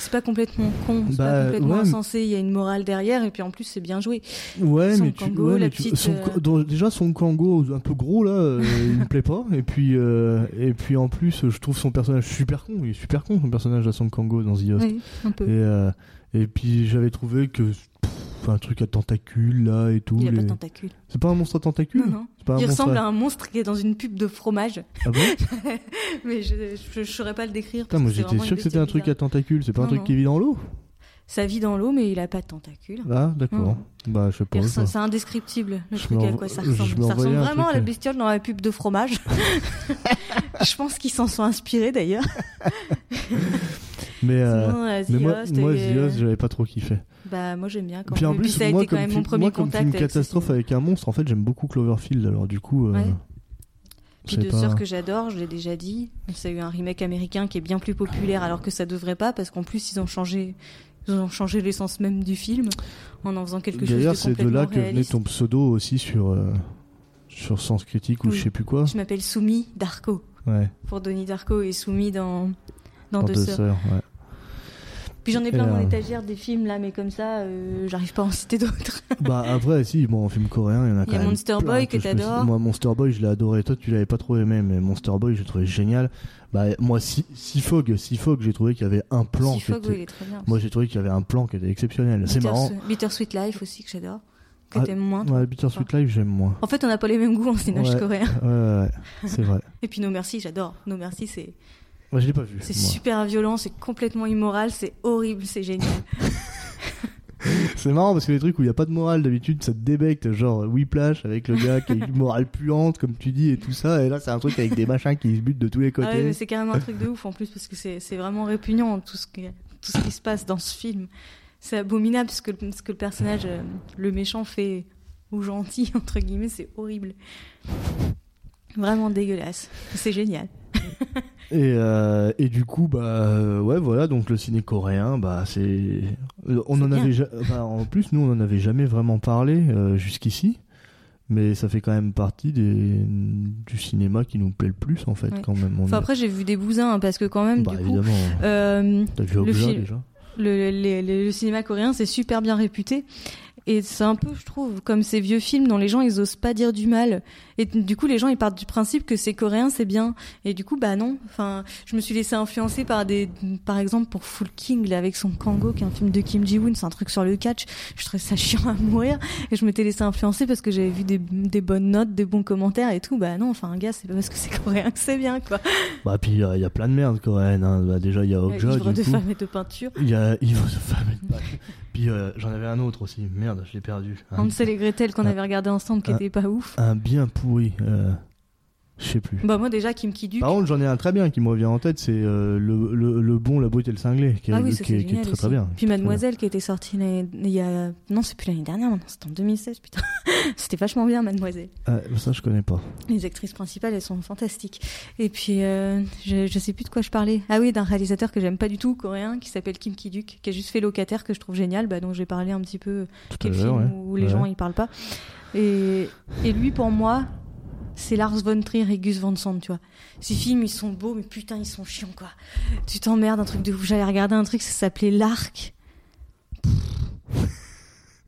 c'est pas complètement con, c'est Bah, pas complètement ouais, mais- insensé, il y a une morale derrière et puis en plus c'est bien joué. Ouais, Son mais tu, Kango, ouais, la mais tu- petite, son- euh, dans- déjà son Kango un peu gros là, euh, (laughs) il me plaît pas. Et puis euh, et puis en plus, je trouve son personnage super con. Il est super con son personnage à son Kango dans The Host. Oui, un peu. Et euh, et puis j'avais trouvé que pff, un truc à tentacules là et tout. Il a pas les- de tentacules. C'est pas un monstre à tentacules Non, non. C'est pas un Il monstre ressemble hein. à un monstre qui est dans une pub de fromage. (laughs) Ah bon Mais je, je, je saurais pas le décrire. parce Putain, moi que c'est j'étais vraiment sûr une que c'était un bestiole truc à tentacules. C'est pas un Non, truc non. qui vit dans l'eau bizarre. Ça vit dans l'eau, mais il a pas de tentacules. Ah, d'accord. Bah, je sais Il pas. ressemble- ça. C'est indescriptible le Je truc m'en- à quoi ça je ressemble. m'en Ça ressemble voyais un vraiment à truc, la euh. bestiole dans la pub de (laughs) fromage. je pense qu'ils s'en sont inspirés d'ailleurs. Mais, euh, Sinon, euh, The mais moi, Host moi, et- The Host, j'avais pas trop kiffé. Bah, moi j'aime bien quand Puis en Et plus, ça a moi, été quand comme, même film, mon premier moi, comme contact. film avec ce catastrophe cinéma. avec un monstre, en fait, j'aime beaucoup Cloverfield. Alors du coup, euh, Ouais. Puis c'est deux pas- sœurs que j'adore, je l'ai déjà dit. Ça a eu un remake américain qui est bien plus populaire alors que ça devrait pas parce qu'en plus ils ont changé ils ont changé l'essence même du film en en faisant quelque chose de D'ailleurs, c'est de complètement là que venait réaliste. ton pseudo aussi sur euh, sur Sens Critique ou Oui. je sais plus quoi. Je m'appelle Soumi Darko Ouais, pour Donnie Darko et Soumi dans dans, dans deux, sœurs. ouais. Puis j'en ai plein Et, dans euh, l'étagère des films là mais comme ça euh, j'arrive pas à en citer d'autres. Bah après, si, bon, en film coréen, il y en Il y a Ah, quand a même Monster plein Boy que je me suis- t'adores. Moi, Monster Boy, je l'ai adoré. Toi, tu l'avais pas trop aimé, mais Monster Boy, j'ai trouvé génial. Bah, moi, si Fogg, j'ai trouvé qu'il y avait un plan. qui Seafogo, était- il est très bien. Moi, j'ai trouvé qu'il y avait un plan qui était exceptionnel. C'est Bitter- marrant. Bittersweet Life aussi que j'adore que Ah, t'aimes moins. Ouais, Bittersweet Life, j'aime moins. En fait, on n'a pas les mêmes goûts en cinéma Ouais. coréen. Ouais, ouais, ouais, c'est vrai. Et puis No Merci, j'adore. No Merci, c'est (laughs) Moi, je l'ai pas vu. C'est moi. super violent, c'est complètement immoral, c'est horrible, c'est génial. C'est marrant parce que les trucs où il n'y a pas de morale d'habitude, ça te débecte, genre euh, Whiplash avec le gars qui a une morale puante, comme tu dis, et tout ça. Et là, c'est un truc avec des machins qui se butent de tous les Ah ouais, côtés. mais c'est carrément un truc de ouf en plus parce que c'est c'est vraiment répugnant hein, tout ce, qui, tout ce qui se passe dans ce film. C'est abominable ce que, le- ce que le personnage, euh, le méchant fait au gentil, (laughs) entre guillemets, c'est horrible. Vraiment dégueulasse. C'est génial. et, euh, et du coup, bah euh, ouais, voilà. Donc le ciné coréen, bah c'est, euh, on C'est en bien. avait, ja- enfin, en plus nous, on en avait jamais vraiment parlé euh, jusqu'ici. Mais ça fait quand même partie des, du cinéma qui nous plaît le plus en fait, Ouais. quand même. On Enfin, est- après, j'ai vu des bousins hein, parce que quand même, bah, du coup, évidemment, euh, t'as vu le Obja film- déjà. le, le- le- le cinéma coréen, c'est super bien réputé. Et c'est un peu, je trouve, comme ces vieux films dont les gens, ils osent pas dire du mal. Et t- du coup, les gens, ils partent du principe que c'est coréen, c'est bien. Et du coup, bah non. Enfin, je me suis laissée influencer par des, par exemple, pour Full King, là, avec son Kango, qui est un film de Kim Ji-woon, c'est un truc sur le catch. Je trouvais ça (laughs) chiant à mourir. Et je m'étais laissée influencer parce que j'avais vu des, des bonnes notes, des bons commentaires et tout. Bah non, enfin, un gars, c'est pas parce que c'est coréen que c'est bien, quoi. Bah puis il y, a plein de merde coréenne. Hein. Bah, déjà, il y a Obja. Livre du de coup. femmes et de peinture. Il y a (laughs) Yves Femme et de Pâques. Puis euh, j'en avais un autre aussi. Merde, je l'ai perdu. Un, Hansel et Gretel qu'on Ah. avait regardé ensemble, qui Ah. était pas ouf. un bien pourri. euh, je sais plus. Bah moi déjà Kim Ki-duk. Par contre, j'en ai un très bien qui me revient en tête. C'est euh, le, le, le bon, la brute et le cinglé. Qui est, ah oui, ça, qui c'est est- qui est génial très aussi. très bien. Puis Mademoiselle qui était sortie l'année- il y a non, c'est plus l'année dernière maintenant, c'était en 2016 putain. (laughs) c'était vachement bien Mademoiselle. Ah, ça, je connais pas. Les actrices principales, elles sont fantastiques. Et puis euh, je je sais plus de quoi je parlais. Ah oui, d'un réalisateur que j'aime pas du tout coréen qui s'appelle Kim Ki-duk qui a juste fait Locataire que je trouve génial, bah dont j'ai parlé un petit peu Tout qui à est le l'heure, film Euh, ouais. où les Ouais. gens ils parlent pas. Et, et lui pour moi c'est Lars von Trier et Gus Van Sant, tu vois. Ces films, ils sont beaux, mais putain, ils sont chiants, quoi. Tu t'emmerdes, un truc de ouf. J'avais regardé un truc, ça s'appelait L'Arc.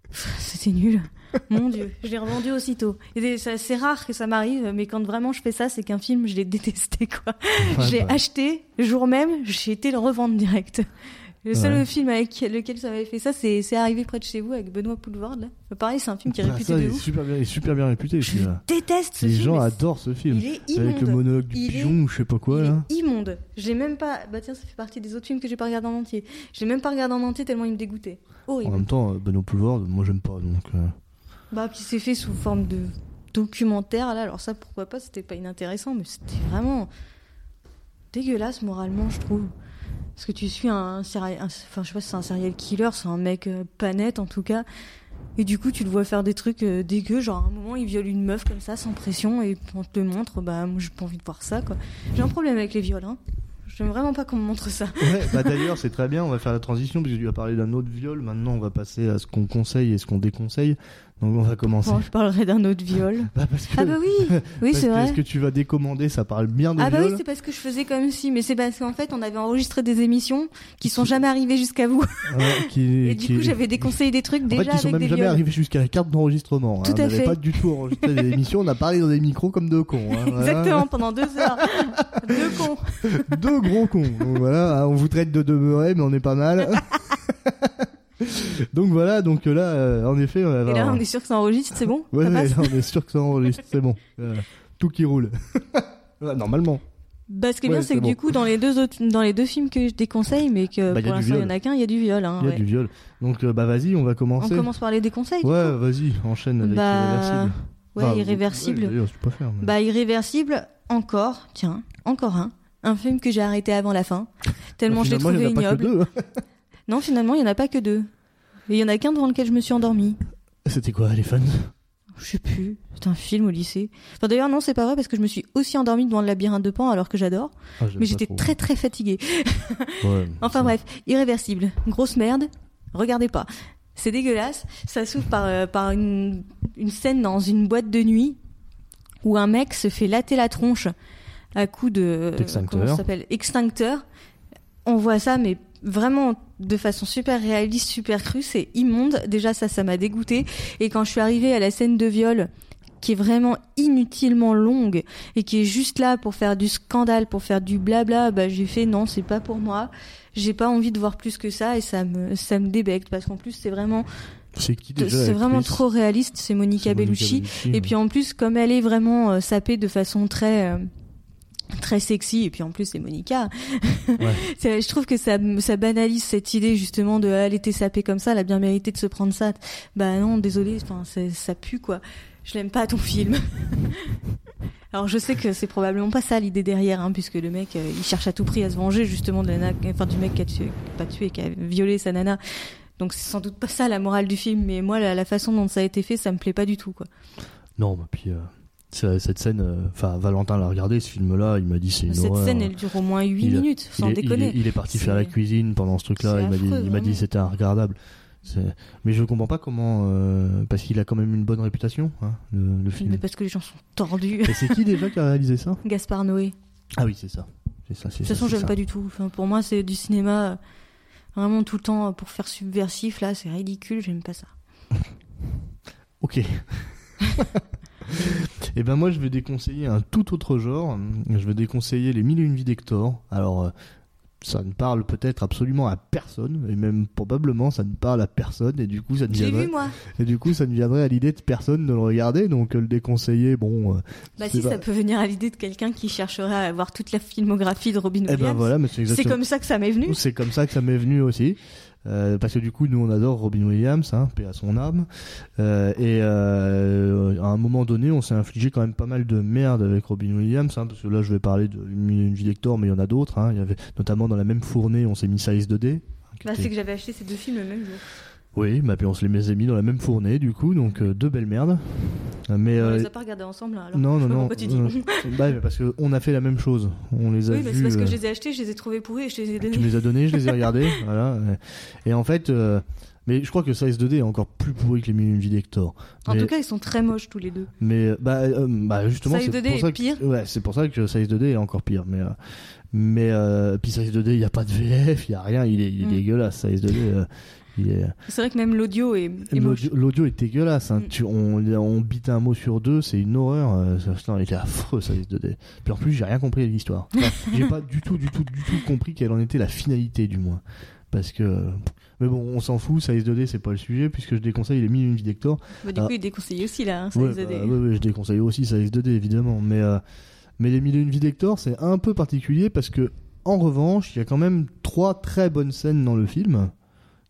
Pff, C'était nul. Mon Dieu, je l'ai revendu aussitôt. Et c'est- c'est assez rare que ça m'arrive, mais quand vraiment je fais ça, c'est qu'un film, je l'ai détesté, quoi. Ouais, je l'ai bah, acheté, le jour même, j'ai été le revendre direct. Le seul Ouais. film avec lequel ça m'avait fait ça, c'est c'est arrivé près de chez vous avec Benoît Poulvard. Là. Pareil, c'est un film qui est bah, réputé ça, de il est ouf. super bien, il est super bien réputé. Je celui-là. déteste ce Les film. gens mais adorent ce film. Il est Avec immonde. le monologue du Il est- pigeon ou je sais pas quoi il là. est immonde. Je l'ai même pas. Bah tiens, ça fait partie des autres films que j'ai pas regardé en entier. Je l'ai même pas regardé en entier tellement il me dégoûtait. En Horrible. même temps, euh, Benoît Poulvord, moi j'aime pas donc. euh, Bah qui s'est fait sous forme de documentaire là. Alors ça, pourquoi pas C'était pas inintéressant, mais c'était vraiment dégueulasse moralement, je trouve. Parce que tu suis un, série- un- enfin je sais pas si c'est un serial killer, c'est un mec euh, pas net en tout cas. Et du coup, tu le vois faire des trucs euh, dégueux, genre à un moment, il viole une meuf comme ça, sans pression, et on te le montre, bah moi j'ai pas envie de voir ça quoi. J'ai un problème avec les viols, hein. J'aime vraiment pas qu'on me montre ça. Ouais, bah d'ailleurs, c'est très bien, on va faire la transition puisque tu as parlé d'un autre viol. Maintenant, on va passer à ce qu'on conseille et ce qu'on déconseille. Donc, on va commencer. Bon, je parlerai d'un autre viol. Bah, parce que, Ah bah oui, oui parce c'est que vrai. ce que tu vas décommander, ça parle bien de Ah bah oui, viol. c'est parce que je faisais comme si, mais c'est parce qu'en fait, on avait enregistré des émissions qui sont jamais arrivées jusqu'à vous. Ouais, hein, qui- Et du qui- coup, j'avais déconseillé des trucs En fait, déjà qui sont avec même des jamais viols. arrivés jusqu'à la carte d'enregistrement. Tout hein. On à n'avait fait. pas du tout enregistré des émissions, on a parlé dans des micros comme deux cons. hein, voilà. (laughs) Exactement, pendant deux heures. (laughs) Deux cons. (laughs) Deux gros cons. Donc, voilà, hein, on vous traite de demeurés, mais on est pas mal. (laughs) donc voilà, donc là, euh, en effet, on va Et avoir- là, on est sûr que ça enregistre, c'est bon Ouais, Ça ouais, passe (laughs) là, on est sûr que ça enregistre, c'est bon. Voilà. Tout qui roule. (laughs) Ouais, Normalement. Bah, ce qui est Ouais, bien, c'est c'est que du coup, dans les deux autres, dans les deux films que je déconseille, mais que Bah, y a pour l'instant il du y en viol. a qu'un, il y a du viol. hein, Il y a ouais. du viol. Donc euh, bah vas-y, on va On commencer. commence par les déconseils. du ouais, coup. vas-y, enchaîne avec Bah, irréversible. Ouais, Enfin, irréversible. ouais, d'ailleurs, tu peux faire, mais- Bah, irréversible, encore, tiens, encore un. Un film que j'ai arrêté avant la fin, tellement je l'ai Bah, Finalement, il y trouvé en a pas que ignoble. deux, hein. Non, finalement, il n'y en a pas que deux. Et il y en a qu'un devant lequel je me suis endormie. hein. C'était quoi, les fans Ah, Je sais plus, c'est un film au lycée. Enfin, d'ailleurs, non, c'est pas vrai parce que je me suis aussi endormie devant le labyrinthe de Pan alors que j'adore. Ah, j'aime Mais pas j'étais trop. très très fatiguée. Ouais, Enfin ça- bref, irréversible, grosse merde, regardez pas. C'est dégueulasse, ça s'ouvre par, euh, par une, une scène dans une boîte de nuit où un mec se fait latter la tronche à coup de euh, D'extincteur. comment ça s'appelle extincteur. On voit ça mais vraiment de façon super réaliste, super crue, c'est immonde. Déjà ça ça m'a dégoûté et quand je suis arrivée à la scène de viol qui est vraiment inutilement longue et qui est juste là pour faire du scandale, pour faire du blabla, bah j'ai fait non, c'est pas pour moi. J'ai pas envie de voir plus que ça et ça me ça me débecte parce qu'en plus c'est vraiment C'est qui déjà c'est vraiment l'actrice trop réaliste, c'est Monica, C'est Monica Bellucci. Et ouais. puis en plus, comme elle est vraiment euh, sapée de façon très euh, très sexy, et puis en plus c'est Monica, (laughs) ça- je trouve que ça, ça banalise cette idée justement de ah, elle était sapée comme ça, elle a bien mérité de se prendre ça. Bah non, désolé, enfin c'est- ça pue quoi. Je l'aime pas ton film. (laughs) Alors je sais que c'est probablement pas ça l'idée derrière, hein, puisque le mec euh, il cherche à tout prix à se venger justement de la nana, enfin du mec qui a tué, pas tué, qui a violé sa nana. Donc c'est sans doute pas ça la morale du film, mais moi la, la façon dont ça a été fait, ça me plaît pas du tout quoi. Non, bah, puis euh, ça- cette scène, euh, enfin Valentin l'a regardé ce film-là, il m'a dit c'est une Cette horreur. scène, elle dure au moins 8 Il a- minutes, sans il, est, déconner. il est- il est parti C'est- faire la cuisine pendant ce truc-là. c'est Il m'a dit, affreux, il m'a dit vraiment. c'était regardable. Mais je comprends pas comment, euh, parce qu'il a quand même une bonne réputation, hein, le, le Mais film. parce que les gens sont tordus. (laughs) Et c'est qui déjà qui a réalisé ça Gaspard Noé. Ah oui, c'est ça. C'est ça. De c'est toute ça, façon, c'est j'aime ça. pas du tout. Enfin, pour moi, c'est du cinéma euh, vraiment tout le temps euh, pour faire subversif. Là, c'est ridicule, j'aime pas ça. Ok. (laughs) Et ben moi je vais déconseiller un tout autre genre. Je vais déconseiller les mille et une vies d'Hector. Alors euh, ça ne parle peut-être absolument à personne et même probablement ça ne parle à personne et du coup ça ne J'ai viendrait vu, moi. et du coup ça ne viendrait à l'idée de personne de le regarder donc euh, le déconseiller bon. euh, Bah, c'est si, pas- ça peut venir à l'idée de quelqu'un qui chercherait à avoir toute la filmographie de Robin Eh Williams. ben voilà mais c'est c'est exactement. comme ça que ça m'est venu. C'est comme ça que ça m'est venu aussi. Euh, parce que du coup, nous on adore Robin Williams, hein, paix à son âme. Euh, et euh, à un moment donné, on s'est infligé quand même pas mal de merde avec Robin Williams. Hein, parce que là, je vais parler de une une vie d'Hector, mais il y en a d'autres. Hein, il y avait notamment dans la même fournée, on s'est mis Size 2D. hein, qui Bah, était- c'est que j'avais acheté ces deux films le même jour. Oui, bah, puis on se les a mis dans la même fournée, du coup, donc euh, deux belles merdes. Euh, Mais On euh, les a pas regardés ensemble, là, alors. non, Je sais non, pas non. Pourquoi tu dis (laughs) non. Bah, mais parce qu'on a fait la même chose. On les a Oui, mais vus, c'est parce euh, que je les ai achetés, je les ai trouvés pourris et je les ai Tu donnés. me les as (laughs) donnés, je les ai regardés. voilà. Et en fait, euh, mais je crois que Size 2D est encore plus pourri que les Mille et une Vies d'Hector. En Mais- tout cas, ils sont très moches tous les deux. mais bah, euh, bah, justement, Size c'est 2D pour ça est que- pire. Ouais, c'est pour ça que Size 2D est encore pire. Mais euh, mais euh, puis Size 2D, il y a pas de VF, il y a rien, il est, il est Mm. dégueulasse. Size 2D, euh, il est C'est vrai que même l'audio est, est moche. L'audio l'audio est dégueulasse. hein. Mm. Tu, on, on bite un mot sur deux, c'est une horreur. euh, ça, putain, il est affreux, ça, les 2D. Puis en plus, j'ai rien compris à l'histoire. Enfin, j'ai pas du tout, du tout, du tout compris quelle en était la finalité, du moins. Parce que. Mais bon, on s'en fout, Size 2D, c'est pas le sujet, puisque je déconseille les 1000 et une vies d'Hector. Bah, du Ah. coup, il est déconseillé aussi, là. hein, ça Ouais, les a bah, des- ouais, ouais, je déconseille aussi Size 2D, évidemment. Mais, euh, mais les 1000 et une vies d'Hector, c'est un peu particulier, parce que, en revanche, il y a quand même trois très bonnes scènes dans le film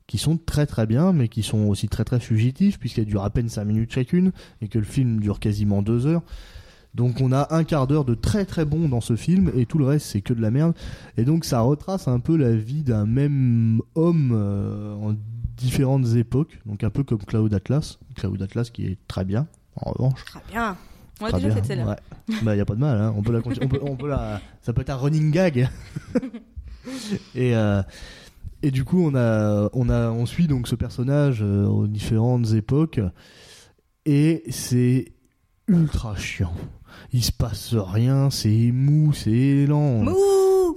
qui sont très très bien, mais qui sont aussi très très fugitifs, puisqu'elles durent à peine 5 minutes chacune, et que le film dure quasiment 2 heures. Donc on a un quart d'heure de très très bon dans ce film, et tout le reste c'est que de la merde. Et donc ça retrace un peu la vie d'un même homme euh, en différentes époques, donc un peu comme Cloud Atlas. Cloud Atlas qui est très bien, en revanche. Très bien. On a très déjà bien. fait celle-là. Ouais. bah y a pas de mal, hein. on peut la conti- on peut, on peut la... ça peut être un running (laughs) gag. et euh, et du coup, on a, on a, on suit donc ce personnage euh, aux différentes époques, et c'est ultra chiant. Il se passe rien, c'est mou, c'est lent. (laughs) Mouh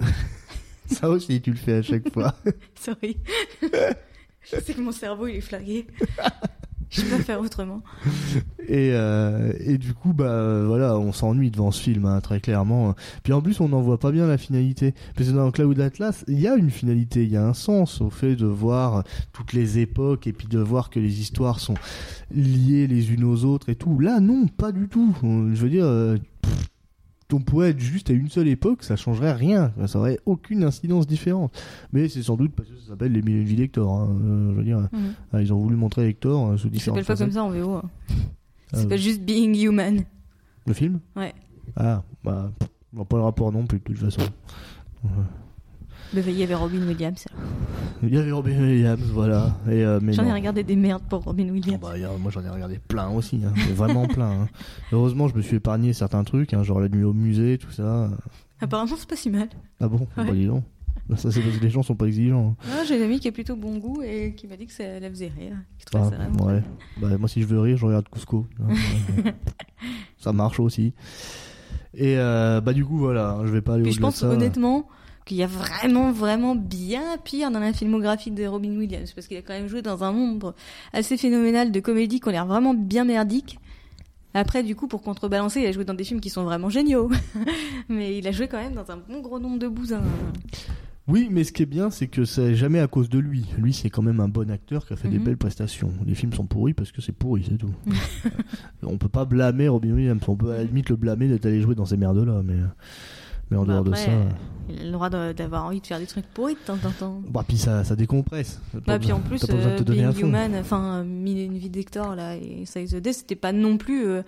Ça aussi, tu le fais à chaque fois. (laughs) Sorry. (laughs) je sais que mon cerveau, il est flagué. je peux pas faire autrement. Et, euh, et du coup, bah euh, voilà, on s'ennuie devant ce film, hein, très clairement. Puis en plus, on n'en voit pas bien la finalité. Parce que dans Cloud Atlas, il y a une finalité, il y a un sens au fait de voir toutes les époques et puis de voir que les histoires sont liées les unes aux autres et tout. Là, non, pas du tout. On- Je veux dire, euh, pff, on pourrait être juste à une seule époque, ça changerait rien. Ça aurait aucune incidence différente. Mais c'est sans doute parce que ça s'appelle les mille et une vies d'Hector. hein. Euh, je veux dire, Mhm. ah, ils ont voulu montrer Hector euh, Ça sous s'appelle différentes pas comme facettes. ça en VO. hein. Ça Ah, s'appelle juste Being Human. Le film Ouais. Ah, bah, pff, on voit pas le rapport non plus, de toute façon. Le veillé vers Robin Williams. alors. Il y avait Robin Williams, voilà. Et, euh, mais J'en ai non. regardé des merdes pour Robin Ah Williams. bah, y a- moi j'en ai regardé plein aussi, hein. Mais vraiment (laughs) plein. hein. Heureusement, je me suis épargné certains trucs, hein, genre la nuit au musée, tout ça. Apparemment, c'est pas si mal. Ah bon Ouais. Bah dis donc. Ça, c'est parce que les gens sont pas exigeants. hein. Non, Ah, J'ai une amie qui a plutôt bon goût et qui m'a dit que ça la faisait rire. qui trouvait Ah, ça vraiment ouais. très bien. Bah, moi, si je veux rire, je regarde Cusco. (laughs) ça marche aussi. Et euh, bah, du coup, voilà, je vais pas aller Puis au-delà je pense de ça. honnêtement qu'il y a vraiment, vraiment bien pire dans la filmographie de Robin Williams parce qu'il a quand même joué dans un nombre assez phénoménal de comédies qui ont l'air vraiment bien merdiques. Après, du coup, pour contrebalancer, il a joué dans des films qui sont vraiment géniaux. (laughs) Mais il a joué quand même dans un bon gros nombre de bousins. Oui, mais ce qui est bien, c'est que c'est jamais à cause de lui. Lui, c'est quand même un bon acteur qui a fait des Mhm. belles prestations. Les films sont pourris parce que c'est pourri, c'est tout. Mhm. Euh, (laughs) on peut pas blâmer Robin Williams. On peut à la limite le blâmer d'être allé jouer dans ces merdes-là, mais, mais en Bah, dehors après, de ça. euh, Il a le droit de- d'avoir envie de faire des trucs pourris de temps en temps. Bah, puis ça, ça décompresse. T'as Bah, pas puis en besoin- plus, t'as pas besoin de euh, te donner à Being fond. Human, enfin, euh, Mille et une vie d'Hector, là, et Size the Day, c'était pas non plus euh,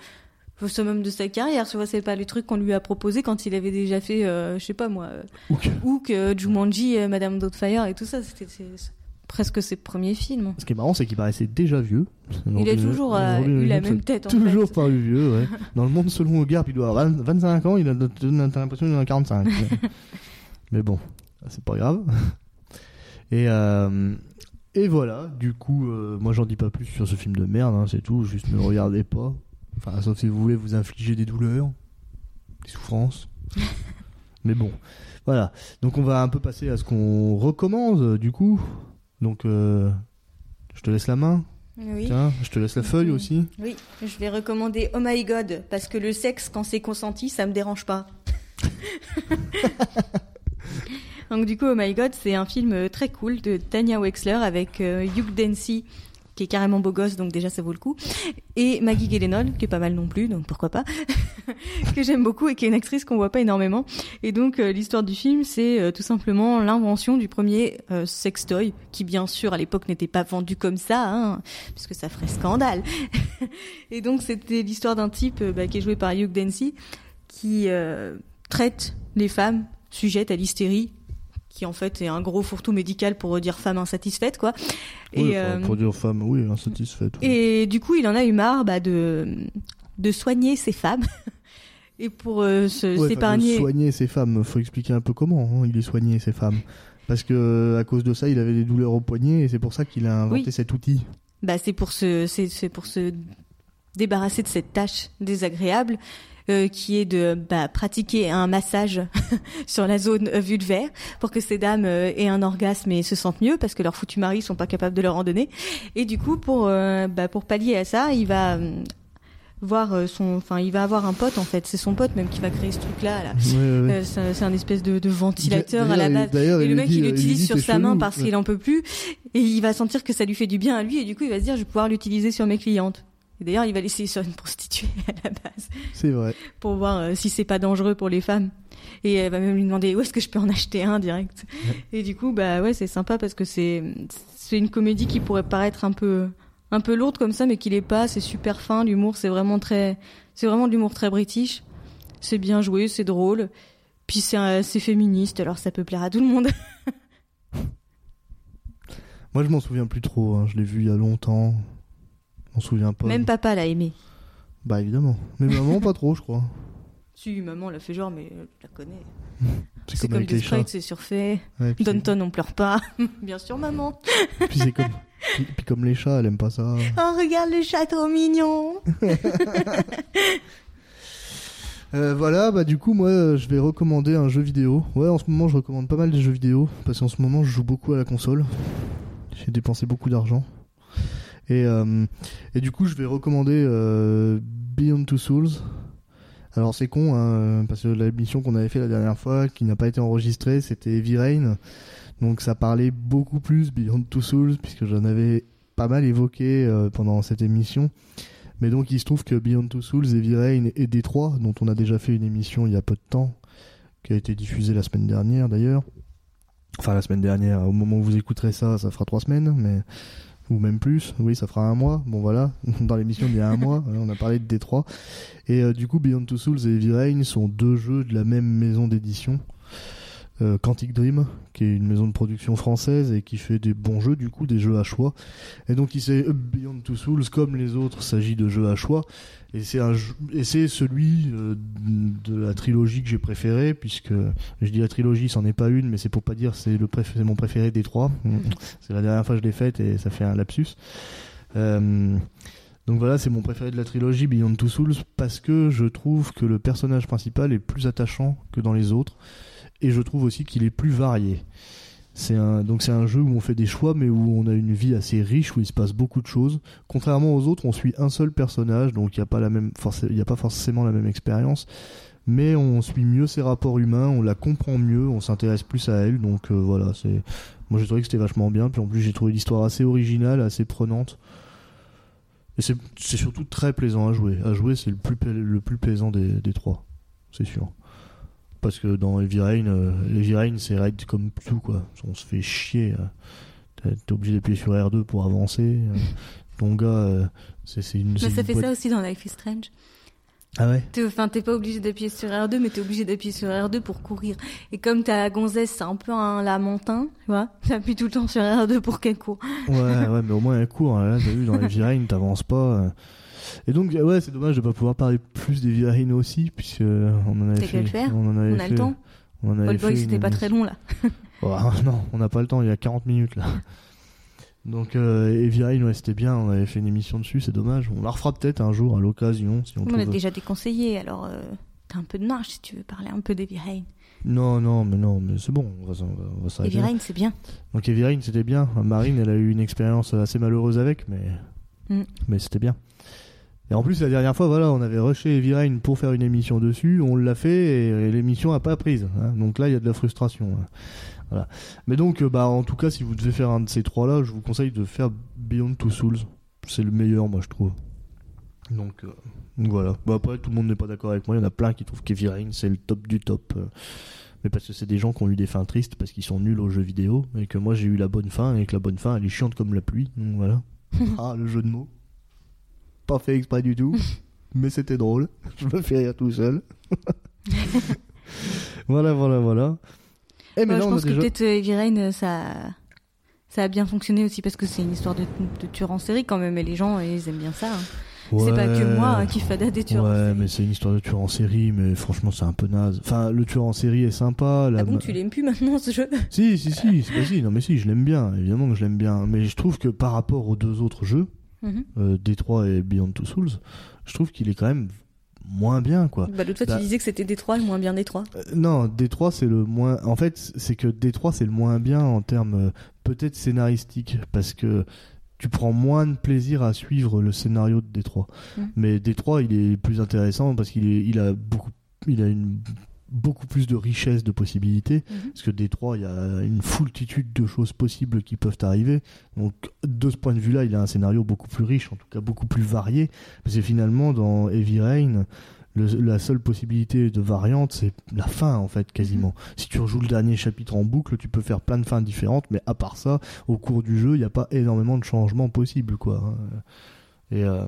au summum de sa carrière, tu vois, c'est pas les trucs qu'on lui a proposé quand il avait déjà fait, euh, je sais pas moi, euh, Ou que- Hook, euh, Jumanji, euh, Madame Doubtfire et tout ça, c'était c'est- c'est presque ses premiers films. Ce qui est marrant, c'est qu'il paraissait déjà vieux. Il a toujours euh, eu la même tête, en Toujours fait. paru vieux, ouais. Dans le monde selon Hogarth, il doit avoir 20 25 ans, il a t'as l'impression qu'il en a 45. Mais- Mais bon, c'est pas grave. (laughs) Et, euh, et voilà, du coup, euh, moi j'en dis pas plus sur ce film de merde, hein, c'est tout, juste ne le regardez pas. Enfin, sauf si vous voulez vous infliger des douleurs, des souffrances. Mais bon, voilà. Donc on va un peu passer à ce qu'on recommande, euh, du coup. Donc, euh, je te laisse la main. Oui. Tiens, je te laisse la feuille aussi. Oui, je vais recommander Oh My God, parce que le sexe, quand c'est consenti, ça me dérange pas. Donc du coup, Oh My God, c'est un film euh, très cool de Tanya Wexler avec euh, Hugh Dancy, qui est carrément beau gosse, donc déjà ça vaut le coup, et Maggie Gyllenhaal, qui est pas mal non plus, donc pourquoi pas, (laughs) que j'aime beaucoup et qui est une actrice qu'on voit pas énormément. Et donc euh, l'histoire du film, c'est euh, tout simplement l'invention du premier euh, sextoy, qui bien sûr à l'époque n'était pas vendu comme ça, hein, puisque ça ferait scandale. (laughs) Et donc, c'était l'histoire d'un type euh, bah, qui est joué par Hugh Dancy, qui euh, traite les femmes sujettes à l'hystérie, qui en fait est un gros fourre-tout médical pour euh, dire femme insatisfaite, quoi. Et, Oui, enfin, euh, Pour dire femme, oui, insatisfaite. oui. et euh, du coup, il en a eu marre bah, de, de soigner ses femmes. (laughs) Et pour euh, se- Ouais, enfin, s'épargner. Soigner ces femmes, faut expliquer un peu comment hein, il est soigné ces femmes. Parce que euh, à cause de ça, il avait des douleurs au poignet et c'est pour ça qu'il a inventé Oui. cet outil. bah, c'est pour se, c'est, c'est pour se débarrasser de cette tâche désagréable euh, qui est de bah, pratiquer un massage (laughs) sur la zone euh, vulvaire pour que ces dames euh, aient un orgasme et se sentent mieux parce que leurs foutus maris sont pas capables de leur en donner. Et du coup, pour euh, bah, pour pallier à ça, il va euh, voir euh, son, enfin, il va avoir un pote en fait. C'est son pote même qui va créer ce truc-là. Là. Ouais, ouais, (laughs) ouais. Euh, c'est, c'est un espèce de, de ventilateur à la D'ailleurs, base. il- d'ailleurs, Et le lui mec, dit, il euh, lui dit, l'utilise sur t'es sa chelou. main parce qu'il en peut plus et il va sentir que ça lui fait du bien à lui et du coup, il va se dire, je vais pouvoir l'utiliser sur mes clientes. Et d'ailleurs, il va l'essayer sur une prostituée à la base C'est vrai. pour voir euh, si c'est pas dangereux pour les femmes. Et elle va même lui demander où est-ce que je peux en acheter un direct. Et du coup, bah ouais, c'est sympa parce que c'est c'est une comédie qui pourrait paraître un peu un peu lourde comme ça, mais qui l'est pas. C'est super fin, l'humour, c'est vraiment très c'est vraiment de l'humour très british. C'est bien joué, c'est drôle. Puis c'est euh, c'est féministe, alors ça peut plaire à tout le monde. Moi, je m'en souviens plus trop. hein, Je l'ai vu il y a longtemps. Je m'en souviens pas. Même papa l'a aimé. Bah évidemment. Mais maman, pas trop, je crois. Si maman l'a fait genre, mais euh, je la connais. C'est C'est comme, comme, avec des les chats. sprites, c'est surfait. Ouais, puis c'est- Danton, on pleure pas. (laughs) bien sûr, (laughs) maman. puis c'est comme. Puis, puis comme les chats, elle aime pas ça. Oh, regarde le chat trop mignon. Euh, voilà, bah du coup moi euh, je vais recommander un jeu vidéo. Ouais, en ce moment je recommande pas mal des jeux vidéo parce qu'en ce moment je joue beaucoup à la console. J'ai dépensé beaucoup d'argent. Et, euh, et du coup, je vais recommander euh, Beyond Two Souls. Alors c'est con, hein, parce que la mission qu'on avait fait la dernière fois, qui n'a pas été enregistrée, c'était Heavy Rain. Donc ça parlait beaucoup plus Beyond Two Souls, puisque j'en avais pas mal évoqué euh, pendant cette émission. Mais donc il se trouve que Beyond Two Souls, Heavy Rain et Détroit, dont on a déjà fait une émission il y a peu de temps, qui a été diffusée la semaine dernière d'ailleurs. Enfin la semaine dernière, au moment où vous écouterez ça, ça fera trois semaines, mais ou même plus. Oui, ça fera un mois. Bon voilà, (laughs) dans l'émission il y a un mois, voilà, on a parlé de Détroit. Et euh, du coup, Beyond Two Souls et Heavy Rain sont deux jeux de la même maison d'édition. Euh, Quantic Dream, qui est une maison de production française et qui fait des bons jeux, du coup, des jeux à choix. Et donc, il s'est- Beyond Two Souls, comme les autres, s'agit de jeux à choix. Et c'est un jeu- et c'est celui euh, de la trilogie que j'ai préféré, puisque je dis la trilogie, c'en est pas une, mais c'est pour pas dire c'est le préf- c'est mon préféré des trois. C'est la dernière fois que je l'ai faite et ça fait un lapsus. Euh, donc voilà, c'est mon préféré de la trilogie Beyond Two Souls parce que je trouve que le personnage principal est plus attachant que dans les autres et je trouve aussi qu'il est plus varié. C'est un, donc c'est un jeu où on fait des choix mais où on a une vie assez riche où il se passe beaucoup de choses. Contrairement aux autres, on suit un seul personnage donc il n'y a pas la même forcé- il y a pas forcément la même expérience. Mais on suit mieux ses rapports humains, on la comprend mieux, on s'intéresse plus à elle, donc euh, voilà, c'est. Moi j'ai trouvé que c'était vachement bien, puis en plus j'ai trouvé l'histoire assez originale, assez prenante. Et c'est c'est surtout très plaisant à jouer. À jouer, c'est le plus, pla- le plus plaisant des, des trois, c'est sûr. Parce que dans Heavy Rain, euh, Heavy Rain, c'est raid comme tout, quoi. On se fait chier. euh. T'es t'es obligé d'appuyer sur R2 pour avancer. euh. Ton gars, euh, c'est c'est une. Mais c'est ça une fait boîte- ça aussi dans Life is Strange. Ah ouais T'es- Enfin, t'es pas obligé d'appuyer sur R2, mais t'es obligé d'appuyer sur R2 pour courir. Et comme t'as la gonzesse, c'est un peu un lamentin, tu vois, (laughs) t'appuies tout le temps sur R2 pour qu'elle court. Ouais, ouais, mais au moins un cours. Là, t'as vu, dans les virines, t'avances pas. euh. Et donc, euh, ouais, c'est dommage de pas pouvoir parler plus des virines aussi, puisque euh, on en avait T'as qu'à fait. le faire. On en avait On a fait- le temps. On en avait Old fait Boy, une c'était pas très long là. Oh, (laughs) non, on n'a pas le temps, il y a 40 minutes là. Donc, euh, et Virine, ouais, c'était bien, on avait fait une émission dessus, c'est dommage. On la refera peut-être un jour à l'occasion, si on On trouve. l'a déjà déconseillé, alors euh, t'as un peu de marge si tu veux parler un peu des Rain. Non, non, mais non, mais c'est bon, on va, s'en- on va- on va s'arrêter. Heavy là. Rain, c'est bien. Donc Evirine, c'était bien. Marine, elle a eu une expérience assez malheureuse avec, mais, Mm. mais c'était bien. Et en plus, la dernière fois, voilà, on avait rushé Evirine pour faire une émission dessus, on l'a fait et, et l'émission a pas prise. hein. Donc là, il y a de la frustration. hein. Voilà. Mais donc, euh, bah, en tout cas, si vous devez faire un de ces trois-là, je vous conseille de faire Beyond Two Souls. C'est le meilleur, moi, je trouve. Donc, euh, donc voilà. Bah, après, tout le monde n'est pas d'accord avec moi. Il y en a plein qui trouvent qu'Evirine, c'est le top du top. euh, mais parce que c'est des gens qui ont eu des fins tristes parce qu'ils sont nuls aux jeux vidéo et que moi j'ai eu la bonne fin et que la bonne fin elle est chiante comme la pluie. (laughs) Donc voilà. ah, le jeu de mots. Pas fait exprès (laughs) du tout, mais c'était drôle. Je me fais rire tout seul. (laughs) voilà, voilà, voilà. Eh, Et Ouais, je pense que peut-être euh, Heavy Rain, euh, ça, ça a bien fonctionné aussi parce que c'est une histoire de, de tueur en série quand même et les gens, euh, ils aiment bien ça. hein. C'est pas que moi hein, qui fada des tueurs. en Ouais, série. mais c'est une histoire de tueur en série, mais franchement, c'est un peu naze. Enfin, le tueur en série est sympa. La Ah bon, tu l'aimes plus maintenant ce (laughs) jeu Si, si, si, c'est pas si. Non, mais si, je l'aime bien. Évidemment que je l'aime bien. Mais je trouve que par rapport aux deux autres jeux, Mhm. euh, Détroit et Beyond Two Souls, je trouve qu'il est quand même moins bien, quoi. Bah, L'autre fois, Bah. tu disais que c'était des trois, le moins bien des trois. Euh, non, Détroit, c'est le moins. En fait, c'est que Détroit, c'est le moins bien en termes euh, peut-être scénaristiques, parce que tu prends moins de plaisir à suivre le scénario de Détroit. Mhm. Mais Détroit, il est plus intéressant parce qu'il est- il a beaucoup, il a une beaucoup plus de richesse de possibilités Mhm. parce que Détroit il y a une foultitude de choses possibles qui peuvent arriver donc de ce point de vue là il a un scénario beaucoup plus riche en tout cas beaucoup plus varié parce que finalement dans Heavy Rain le- la seule possibilité de variante c'est la fin en fait quasiment Mhm. si tu rejoues le dernier chapitre en boucle tu peux faire plein de fins différentes mais à part ça au cours du jeu il n'y a pas énormément de changements possibles quoi hein. et euh,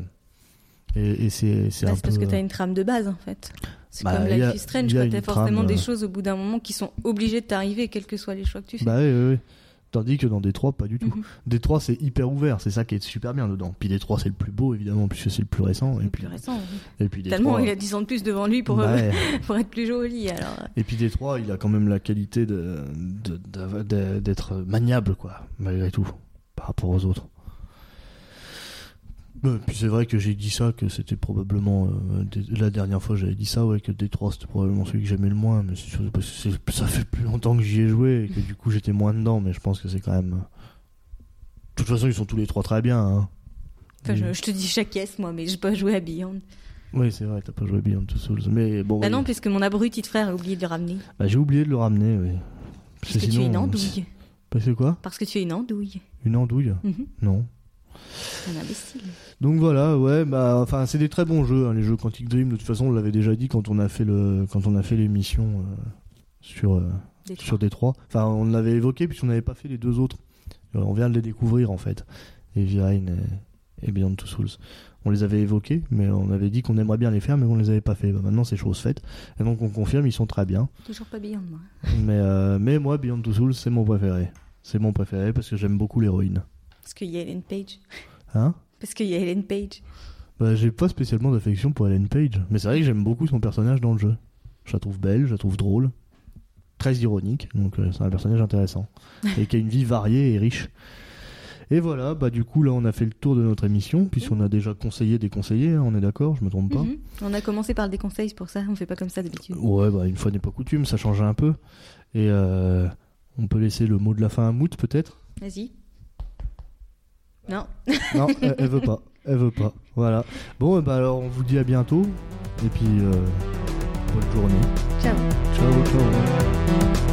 et, et c'est c'est Bah, un c'est parce peu- euh, que t'as une trame de base en fait. C'est Bah, comme il y a- Life is Strange, il y a quoi. une T'as trame, forcément euh. des choses au bout d'un moment qui sont obligées de t'arriver, quels que soient les choix que tu fais. Bah oui, oui, oui. Tandis que dans Détroit, pas du tout. Mhm. Détroit, c'est hyper ouvert, c'est ça qui est super bien dedans. Puis Détroit, c'est le plus beau, évidemment, puisque c'est le plus récent. Et Le puis, plus récent. oui. et puis Détroit. Tellement, il a 10 ans de plus devant lui pour, bah euh, ouais. (laughs) pour être plus joli. Alors, euh, Et puis Détroit, il a quand même la qualité de- de- de- de- d'être maniable, quoi, malgré tout, par rapport aux autres. Euh, puis c'est vrai que j'ai dit ça, que c'était probablement. euh, dé- la dernière fois, j'avais dit ça, ouais, que Détroit, c'était probablement celui que j'aimais le moins, mais c'est sûr parce que c'est- ça fait plus longtemps que j'y ai joué et que du coup j'étais moins dedans, mais je pense que c'est quand même. De toute façon, ils sont tous les trois très bien, hein. Enfin, je, je te dis chaque caisse, moi, mais j'ai pas joué à Beyond. Oui, c'est vrai, t'as pas joué à Beyond Two Souls. Mais bon, Bah oui. non, puisque mon abruti de frère a oublié de le ramener. Bah, j'ai oublié de le ramener, oui. Parce que tu es une andouille. Parce que quoi Parce que tu es une andouille. Une andouille Mhm. Non. Un imbécile. Donc voilà, ouais, bah, enfin, c'est des très bons jeux, hein, les jeux Quantic Dream. De toute façon, on l'avait déjà dit quand on a fait le, quand on a fait l'émission euh, sur euh, Des sur Détroit. Enfin, on l'avait évoqué puisqu'on n'avait pas fait les deux autres. Euh, on vient de les découvrir en fait, Heavy Rain et, et Beyond Two Souls. On les avait évoqués, mais on avait dit qu'on aimerait bien les faire, mais qu'on les avait pas fait. Bah, maintenant, c'est chose faite. Et donc, on confirme, ils sont très bien. Toujours pas Beyond, moi. Mais euh, mais moi, Beyond Two Souls, c'est mon préféré. C'est mon préféré parce que j'aime beaucoup l'héroïne. Parce qu'il y a Ellen Page. Hein Parce qu'il y a Ellen Page. Bah, j'ai pas spécialement d'affection pour Ellen Page, mais c'est vrai que j'aime beaucoup son personnage dans le jeu. Je la trouve belle, je la trouve drôle, très ironique, donc euh, c'est un personnage intéressant et qui a une vie variée et riche. Et voilà, bah du coup là on a fait le tour de notre émission, puisqu'on a déjà conseillé des conseillers, hein, on est d'accord, je me trompe pas. Mhm. On a commencé par le déconseil, c'est pour ça. On fait pas comme ça d'habitude. Ouais, bah une fois n'est pas coutume, ça change un peu. Et euh, on peut laisser le mot de la fin à Mout peut-être Vas-y. Non. Non, elle, elle veut pas, elle veut pas. Voilà. Bon, et bah alors on vous dit à bientôt, et puis euh, bonne journée. Ciao. Ciao, ciao.